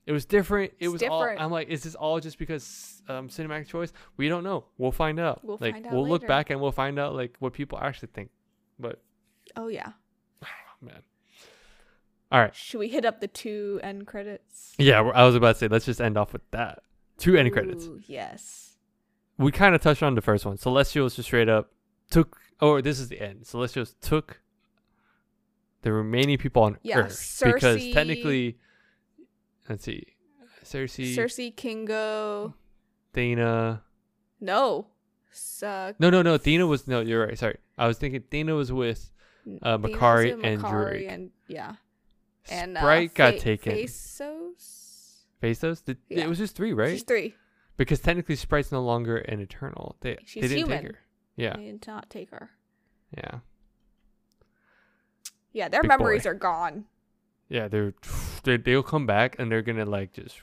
Speaker 1: it was different it
Speaker 2: It's
Speaker 1: was
Speaker 2: different.
Speaker 1: all i'm like is this all just because um cinematic choice we don't know we'll find out
Speaker 2: We'll
Speaker 1: like
Speaker 2: find out
Speaker 1: we'll look
Speaker 2: later.
Speaker 1: back and we'll find out like what people actually think but
Speaker 2: Oh yeah.
Speaker 1: (sighs) man all right
Speaker 2: Should we hit up the two end credits?
Speaker 1: yeah we're- i was about to say let's just end off with that two end credits
Speaker 2: Ooh, Yes.
Speaker 1: we kind of touched on the first one. Celestials just straight up took, or this is the end. Celestials took the remaining people on
Speaker 2: Yeah,
Speaker 1: Earth because
Speaker 2: Cersei-
Speaker 1: technically, let's see, Cersei,
Speaker 2: Cersei, Kingo.
Speaker 1: Thena.
Speaker 2: No. Suck.
Speaker 1: No, no, no. Thena was no. You're right. Sorry, I was thinking Thena was with Uh, Makari and Druid.
Speaker 2: and yeah,
Speaker 1: and,
Speaker 2: and uh,
Speaker 1: Sprite got
Speaker 2: Fa-
Speaker 1: taken. Face-
Speaker 2: Phasos.
Speaker 1: Phasos. Did,
Speaker 2: Yeah.
Speaker 1: It was just three, right?
Speaker 2: She's three.
Speaker 1: because technically, Sprite's no longer an eternal. They
Speaker 2: She's
Speaker 1: they didn't
Speaker 2: human.
Speaker 1: take her. Yeah,
Speaker 2: They did not take her.
Speaker 1: yeah,
Speaker 2: Yeah, their
Speaker 1: Big
Speaker 2: memories
Speaker 1: boy.
Speaker 2: are gone.
Speaker 1: yeah. They're (sighs) they they'll come back and they're gonna like just.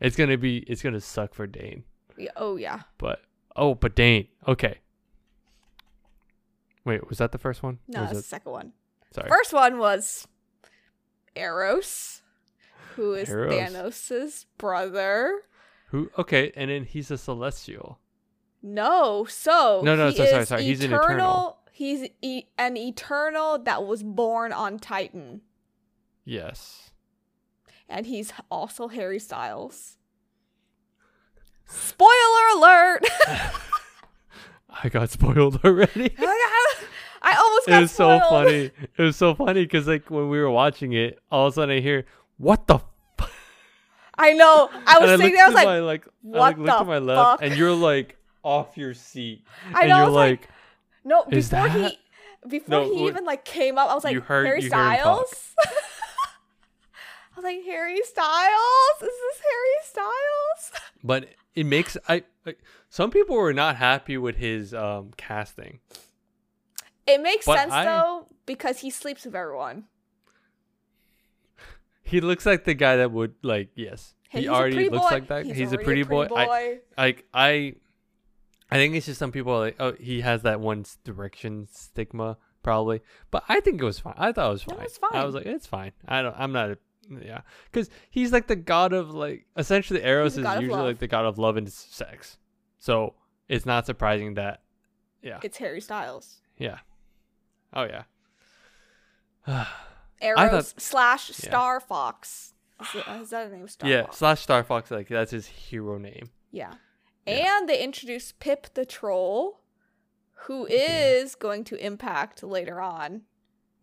Speaker 1: It's gonna be it's gonna suck for Dane.
Speaker 2: Yeah, oh yeah.
Speaker 1: But oh, but Dane. Okay. Wait, was that the first one?
Speaker 2: No,
Speaker 1: Or was
Speaker 2: that's the
Speaker 1: that-
Speaker 2: second one.
Speaker 1: sorry.
Speaker 2: First one was Eros, who is
Speaker 1: Eros.
Speaker 2: Thanos' brother.
Speaker 1: Who? Okay, and then he's a celestial.
Speaker 2: No, so
Speaker 1: No, no,
Speaker 2: he
Speaker 1: so- sorry,
Speaker 2: is
Speaker 1: sorry, he's an
Speaker 2: eternal.
Speaker 1: Eternal.
Speaker 2: He's e- an eternal that was born on Titan,
Speaker 1: Yes.
Speaker 2: and he's also Harry Styles.
Speaker 1: (laughs)
Speaker 2: Spoiler alert! (laughs)
Speaker 1: I got (laughs) spoiled
Speaker 2: (laughs)
Speaker 1: already.
Speaker 2: I almost got
Speaker 1: it was
Speaker 2: spoiled.
Speaker 1: so funny. It was so funny because like when we were watching it, all of a sudden I hear, "What the?" F-?
Speaker 2: I know. I was
Speaker 1: and
Speaker 2: sitting there. I was
Speaker 1: looked
Speaker 2: like,
Speaker 1: to my, like, I
Speaker 2: "What
Speaker 1: like, looked
Speaker 2: the
Speaker 1: to my left,
Speaker 2: fuck?"
Speaker 1: and you're like off your seat,
Speaker 2: I
Speaker 1: and
Speaker 2: know, I
Speaker 1: you're
Speaker 2: was like,
Speaker 1: like,
Speaker 2: no.
Speaker 1: "Is
Speaker 2: Before
Speaker 1: that-"
Speaker 2: he, before
Speaker 1: No,
Speaker 2: he
Speaker 1: what-
Speaker 2: even like came up, I was like,
Speaker 1: You heard-
Speaker 2: Harry
Speaker 1: you heard him talk.
Speaker 2: Styles. (laughs) I was like, Harry Styles. Is this Harry Styles?
Speaker 1: but it makes I. Like, some people were not happy with his um casting.
Speaker 2: It makes
Speaker 1: But
Speaker 2: sense
Speaker 1: I-
Speaker 2: though because he sleeps with everyone.
Speaker 1: He looks like the guy that would like yes.
Speaker 2: Hey,
Speaker 1: he
Speaker 2: he's a
Speaker 1: already
Speaker 2: pretty
Speaker 1: looks
Speaker 2: boy.
Speaker 1: like that. He's, a
Speaker 2: already
Speaker 1: pretty, boy. I like I I think it's just some people are like oh he has that one s- direction stigma probably. But I think it was fine. I thought it was
Speaker 2: No,
Speaker 1: fine.
Speaker 2: it's
Speaker 1: I
Speaker 2: fine.
Speaker 1: was like it's fine. I don't I'm not a, yeah. Cuz he's like the god of like essentially Eros
Speaker 2: the
Speaker 1: is
Speaker 2: god of
Speaker 1: usually
Speaker 2: love.
Speaker 1: like the god of love and s- sex. So it's not surprising that yeah.
Speaker 2: It's Harry Styles.
Speaker 1: yeah. Oh yeah.
Speaker 2: Arrows
Speaker 1: thought-
Speaker 2: slash
Speaker 1: yeah.
Speaker 2: Star Fox. Is, it, is that a name? Star
Speaker 1: yeah,
Speaker 2: Fox.
Speaker 1: slash Star Fox like that's his hero name.
Speaker 2: Yeah.
Speaker 1: Yeah.
Speaker 2: And they introduced Pip the troll, who
Speaker 1: Yeah.
Speaker 2: is going to impact later on.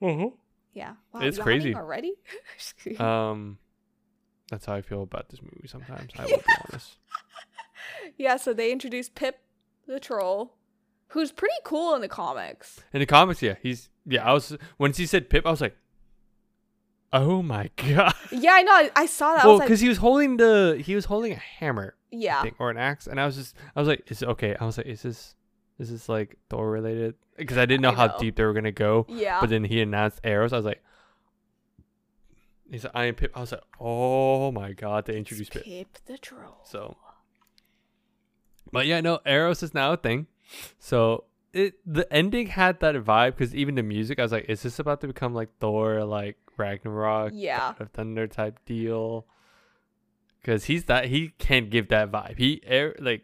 Speaker 1: Mhm.
Speaker 2: Yeah. Wow,
Speaker 1: It's
Speaker 2: yawning
Speaker 1: crazy.
Speaker 2: already. (laughs) Just
Speaker 1: (laughs)
Speaker 2: kidding.
Speaker 1: Um, that's how I feel about this movie sometimes. I will
Speaker 2: (laughs)
Speaker 1: be honest.
Speaker 2: yeah, so they introduced Pip the troll, who's pretty cool in the comics.
Speaker 1: In the comics, yeah, he's yeah. I was when she said Pip, I was like, Oh my (laughs) god.
Speaker 2: Yeah, I know. I, I saw that.
Speaker 1: well,
Speaker 2: I
Speaker 1: because
Speaker 2: was like, Ah.
Speaker 1: he was holding the he was holding a hammer
Speaker 2: yeah,
Speaker 1: thing or an axe, and I was just I was like, is it okay? I was like, is this is this like Thor related? Because I didn't know
Speaker 2: I
Speaker 1: how
Speaker 2: know.
Speaker 1: deep they were gonna go.
Speaker 2: yeah.
Speaker 1: But then he announced arrows. I was like, he's an iron pip. I was like, oh my god, they introduced pip.
Speaker 2: Pip the troll.
Speaker 1: So, but yeah, no, arrows is now a thing. So it the ending had that vibe because even the music, I was like, is this about to become like Thor, like Ragnarok,
Speaker 2: Yeah.
Speaker 1: God of Thunder type deal? Because he's that he can give that vibe. He air like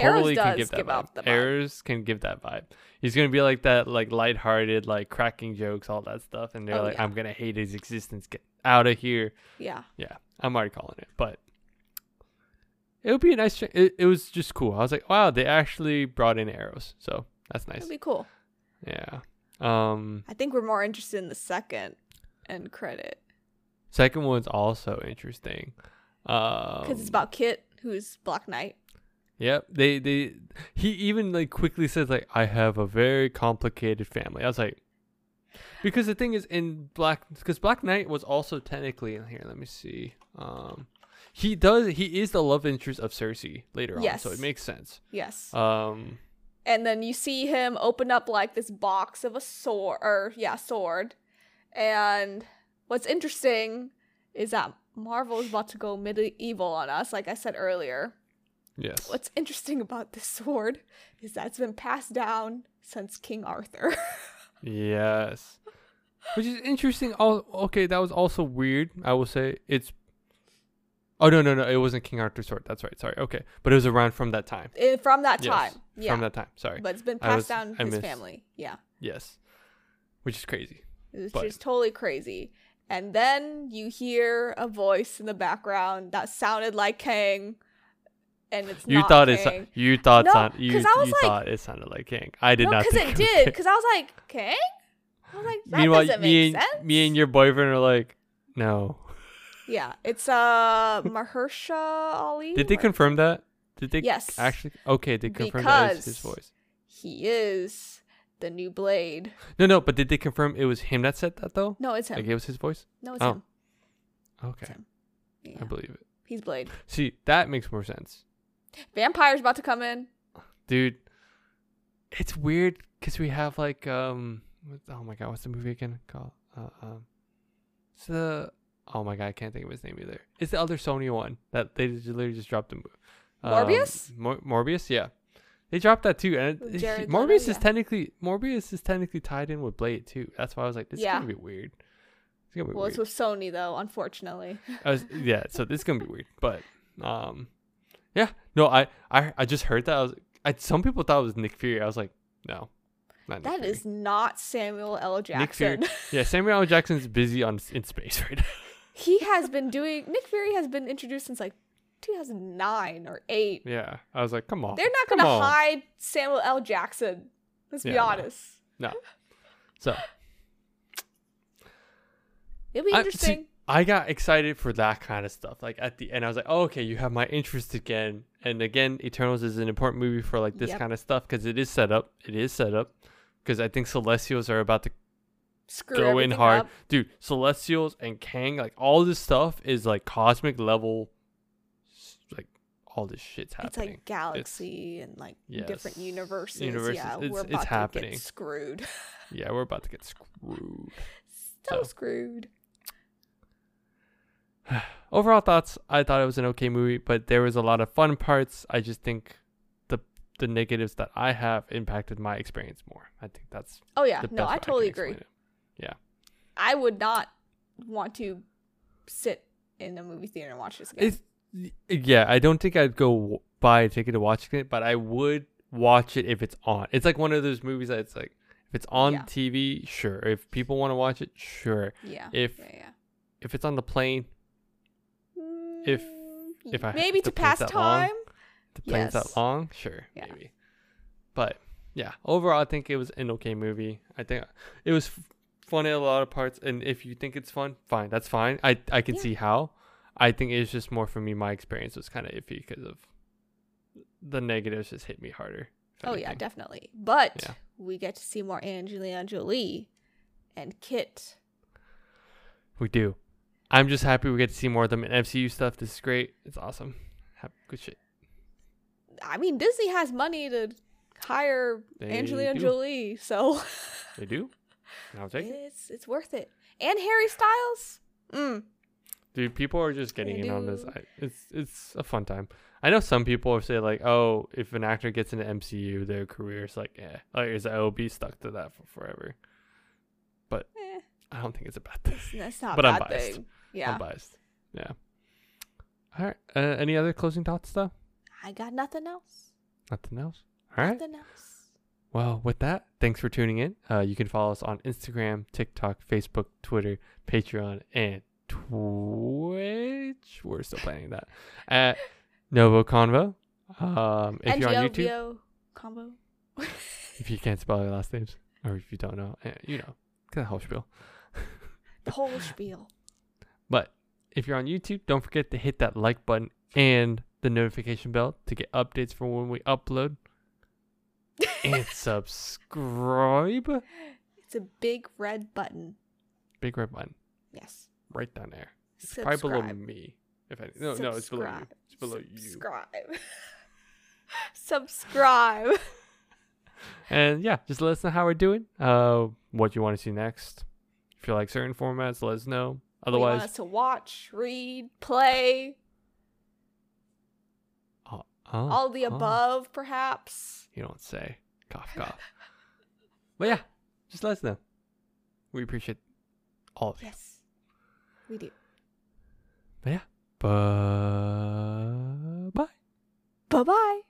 Speaker 2: Arrows
Speaker 1: totally can
Speaker 2: does
Speaker 1: give that
Speaker 2: give
Speaker 1: vibe.
Speaker 2: off the vibe.
Speaker 1: Arrows can give that vibe. He's gonna be like that, like lighthearted, like cracking jokes, all that stuff, and they're
Speaker 2: Oh,
Speaker 1: like,
Speaker 2: yeah.
Speaker 1: I'm gonna hate his existence. Get out of here.
Speaker 2: Yeah.
Speaker 1: Yeah, I'm already calling it, but it would be a nice. cha- It, it was just cool. I was like, wow, they actually brought in arrows, so that's nice.
Speaker 2: It'd be cool.
Speaker 1: Yeah. Um,
Speaker 2: I think we're more interested in the second end credit
Speaker 1: second one's also interesting. Um,
Speaker 2: because it's about Kit, who's Black Knight.
Speaker 1: Yep. They they he even like quickly says like I have a very complicated family. I was like. Because the thing is, in Black, because Black Knight was also technically in here. Let me see. Um, he does. He is the love interest of Cersei later on, so
Speaker 2: Yes.
Speaker 1: it makes sense.
Speaker 2: Yes.
Speaker 1: Um,
Speaker 2: and then you see him open up like this box of a sword, or yeah, sword. And what's interesting is that Marvel is about to go medieval on us, like I said earlier.
Speaker 1: Yes.
Speaker 2: What's interesting about this sword is that it's been passed down since King Arthur. (laughs)
Speaker 1: Yes. Which is interesting. Oh, okay. That was also weird. I will say it's. Oh no no no! It wasn't King Arthur's sword. That's right. Sorry. Okay, but it was around from that time.
Speaker 2: Eh, from that
Speaker 1: Yes,
Speaker 2: time. Yeah.
Speaker 1: From that time. Sorry.
Speaker 2: but it's been
Speaker 1: I
Speaker 2: passed
Speaker 1: was-
Speaker 2: down
Speaker 1: I
Speaker 2: his
Speaker 1: missed.
Speaker 2: family. Yeah.
Speaker 1: yes. Which is crazy.
Speaker 2: It was
Speaker 1: But-
Speaker 2: just totally crazy. And then you hear a voice in the background that sounded like Kang. And it's
Speaker 1: You
Speaker 2: not
Speaker 1: thought
Speaker 2: Kang.
Speaker 1: it. sou- You thought.
Speaker 2: No,
Speaker 1: sound, you
Speaker 2: 'cause I was
Speaker 1: you
Speaker 2: like-
Speaker 1: thought it sounded like King. I did
Speaker 2: no,
Speaker 1: not.
Speaker 2: because
Speaker 1: think
Speaker 2: it
Speaker 1: was
Speaker 2: did.
Speaker 1: King.
Speaker 2: Because I was like, Kang? I was like, that
Speaker 1: Meanwhile,
Speaker 2: doesn't
Speaker 1: me
Speaker 2: make
Speaker 1: and
Speaker 2: sense.
Speaker 1: me and your boyfriend are like, no.
Speaker 2: yeah, it's uh Mahershala Ali.
Speaker 1: Did they
Speaker 2: or-
Speaker 1: confirm that? Did they
Speaker 2: Yes.
Speaker 1: actually? Okay, they confirmed that it's his
Speaker 2: Because-
Speaker 1: voice.
Speaker 2: He is the new Blade.
Speaker 1: No, no, but did they confirm it was him that said that though?
Speaker 2: No, it's him.
Speaker 1: Like it was his voice?
Speaker 2: No, it's
Speaker 1: oh,
Speaker 2: him.
Speaker 1: Okay.
Speaker 2: him.
Speaker 1: I
Speaker 2: Yeah.
Speaker 1: believe it.
Speaker 2: He's Blade.
Speaker 1: See, that makes more sense.
Speaker 2: Vampire's about to come in.
Speaker 1: Dude, it's weird because we have like, um, what- oh my god, what's the movie again called? Uh, um, it's the, oh my god, I can't think of his name either. It's the other Sony one that they just- literally just dropped the movie.
Speaker 2: Morbius?
Speaker 1: Mor- Morbius, yeah. They dropped that too, and
Speaker 2: With
Speaker 1: it-
Speaker 2: Jared
Speaker 1: Morbius
Speaker 2: Leto,
Speaker 1: is
Speaker 2: yeah.
Speaker 1: technically Morbius is technically tied in with Blade too. That's why I was like, this
Speaker 2: Yeah.
Speaker 1: is gonna be weird. It's gonna be
Speaker 2: Well,
Speaker 1: weird.
Speaker 2: it's with Sony though, unfortunately.
Speaker 1: I was, yeah, so this is gonna be weird, but um, yeah, no, I I, I just heard that. I was, I some people thought it was Nick Fury. I was like, no, not Nick
Speaker 2: That
Speaker 1: Fury.
Speaker 2: is not Samuel L.
Speaker 1: Nick Fury.
Speaker 2: Jackson. (laughs)
Speaker 1: yeah. Samuel L. Jackson's busy on in space (laughs) right now.
Speaker 2: he has been doing Nick Fury has been introduced since like 2009 or 8.
Speaker 1: Yeah, I was like, come on,
Speaker 2: They're not
Speaker 1: come
Speaker 2: going to
Speaker 1: on.
Speaker 2: hide Samuel L. Jackson. Let's be
Speaker 1: Yeah, no.
Speaker 2: honest.
Speaker 1: So
Speaker 2: It'll be
Speaker 1: I- see,
Speaker 2: interesting.
Speaker 1: I got excited for that kind of stuff. Like at the end, I was like, oh, okay, you have my interest again. And again, Eternals is an important movie for like this
Speaker 2: Yep.
Speaker 1: kind of stuff because it is set up. It is set up because I think Celestials are about to
Speaker 2: Screw
Speaker 1: go in
Speaker 2: everything
Speaker 1: hard.
Speaker 2: up.
Speaker 1: Dude, Celestials and Kang, like all this stuff is like cosmic level s- like all this shit's
Speaker 2: It's
Speaker 1: happening.
Speaker 2: like galaxy and like different
Speaker 1: Yes.
Speaker 2: universes.
Speaker 1: Universes.
Speaker 2: Yeah,
Speaker 1: It's-
Speaker 2: we're
Speaker 1: it's
Speaker 2: about to
Speaker 1: happening.
Speaker 2: get screwed. (laughs)
Speaker 1: yeah, we're about to get screwed.
Speaker 2: so
Speaker 1: So.
Speaker 2: screwed.
Speaker 1: Overall thoughts, I thought it was an okay movie, but there was a lot of fun parts. I just think the the negatives that I have impacted my experience more. I think that's
Speaker 2: Oh yeah,
Speaker 1: the best
Speaker 2: no,
Speaker 1: way
Speaker 2: I
Speaker 1: can
Speaker 2: totally
Speaker 1: explain
Speaker 2: agree.
Speaker 1: it.
Speaker 2: I would not want to sit in a movie theater and watch this again.
Speaker 1: It's y- yeah, I don't think I'd go w- buy a ticket to watch it, but I would watch it if it's on. It's like one of those movies that it's like if it's on
Speaker 2: Yeah.
Speaker 1: TV, sure. If people want to watch it, sure.
Speaker 2: yeah.
Speaker 1: If
Speaker 2: yeah, yeah.
Speaker 1: if it's on the plane, if-
Speaker 2: Mm,
Speaker 1: if I have
Speaker 2: maybe
Speaker 1: to
Speaker 2: to
Speaker 1: place
Speaker 2: pass
Speaker 1: that long,
Speaker 2: time.
Speaker 1: the plane's that
Speaker 2: Yes.
Speaker 1: long, sure,
Speaker 2: Yeah.
Speaker 1: maybe. But yeah, overall, I think it was an okay movie. I think it was f- fun in a lot of parts, and if you think it's fun, fine, that's fine. I I can
Speaker 2: Yeah.
Speaker 1: see how. I think it's just more for me. My experience was kind of iffy because of the negatives just hit me harder. if
Speaker 2: Oh yeah,
Speaker 1: anything.
Speaker 2: definitely. But
Speaker 1: Yeah.
Speaker 2: we get to see more Angelina Jolie and Kit.
Speaker 1: we do. I'm just happy we get to see more of them in MCU stuff. This is great. It's awesome. Have good shit.
Speaker 2: I mean, Disney has money to hire
Speaker 1: They
Speaker 2: Angelina
Speaker 1: do.
Speaker 2: Jolie, so
Speaker 1: They do. And I'll take it.
Speaker 2: it's it's worth it. And Harry Styles. Mm.
Speaker 1: Dude, people are just getting
Speaker 2: They
Speaker 1: in on this.
Speaker 2: do.
Speaker 1: I, it's it's a fun time. I know some people have said like, oh, if an actor gets into MCU, their career's like, eh, like is I will be stuck to that for forever.
Speaker 2: Eh,
Speaker 1: I don't think it's a bad thing.
Speaker 2: that's not
Speaker 1: But
Speaker 2: a
Speaker 1: I'm
Speaker 2: bad
Speaker 1: biased.
Speaker 2: thing. Yeah,
Speaker 1: I'm biased. Yeah. All right. Uh, any other closing thoughts though?
Speaker 2: I got nothing else.
Speaker 1: Nothing else. All right.
Speaker 2: Nothing else.
Speaker 1: Well, with that, thanks for tuning in. Uh, you can follow us on Instagram, TikTok, Facebook, Twitter, Patreon, and Twitch. We're still planning that at Novo Convo. Um, if you're on YouTube,
Speaker 2: NGLVO combo. (laughs)
Speaker 1: if you can't spell your last names, or if you don't know, eh, you know, get the whole spiel.
Speaker 2: the whole spiel.
Speaker 1: But if you're on YouTube, don't forget to hit that like button and the notification bell to get updates for when we upload. and subscribe.
Speaker 2: (laughs) It's a big red button.
Speaker 1: Big red button
Speaker 2: Yes.
Speaker 1: right down there.
Speaker 2: Subscribe.
Speaker 1: Probably below me. If any, no, no, it's below you.
Speaker 2: Subscribe.
Speaker 1: It's below you.
Speaker 2: Subscribe. (laughs) Subscribe.
Speaker 1: And yeah, just let us know how we're doing. Uh, what you want to see next? If you like certain formats, let us know.
Speaker 2: We want
Speaker 1: Otherwise,
Speaker 2: us to watch, read, play,
Speaker 1: oh,
Speaker 2: all the
Speaker 1: oh,
Speaker 2: above, perhaps.
Speaker 1: You don't say.
Speaker 2: (laughs)
Speaker 1: Cough, cough. but yeah, just let us know. We appreciate all of you.
Speaker 2: Yes, we do.
Speaker 1: But yeah, bu- bye.
Speaker 2: Bye bye.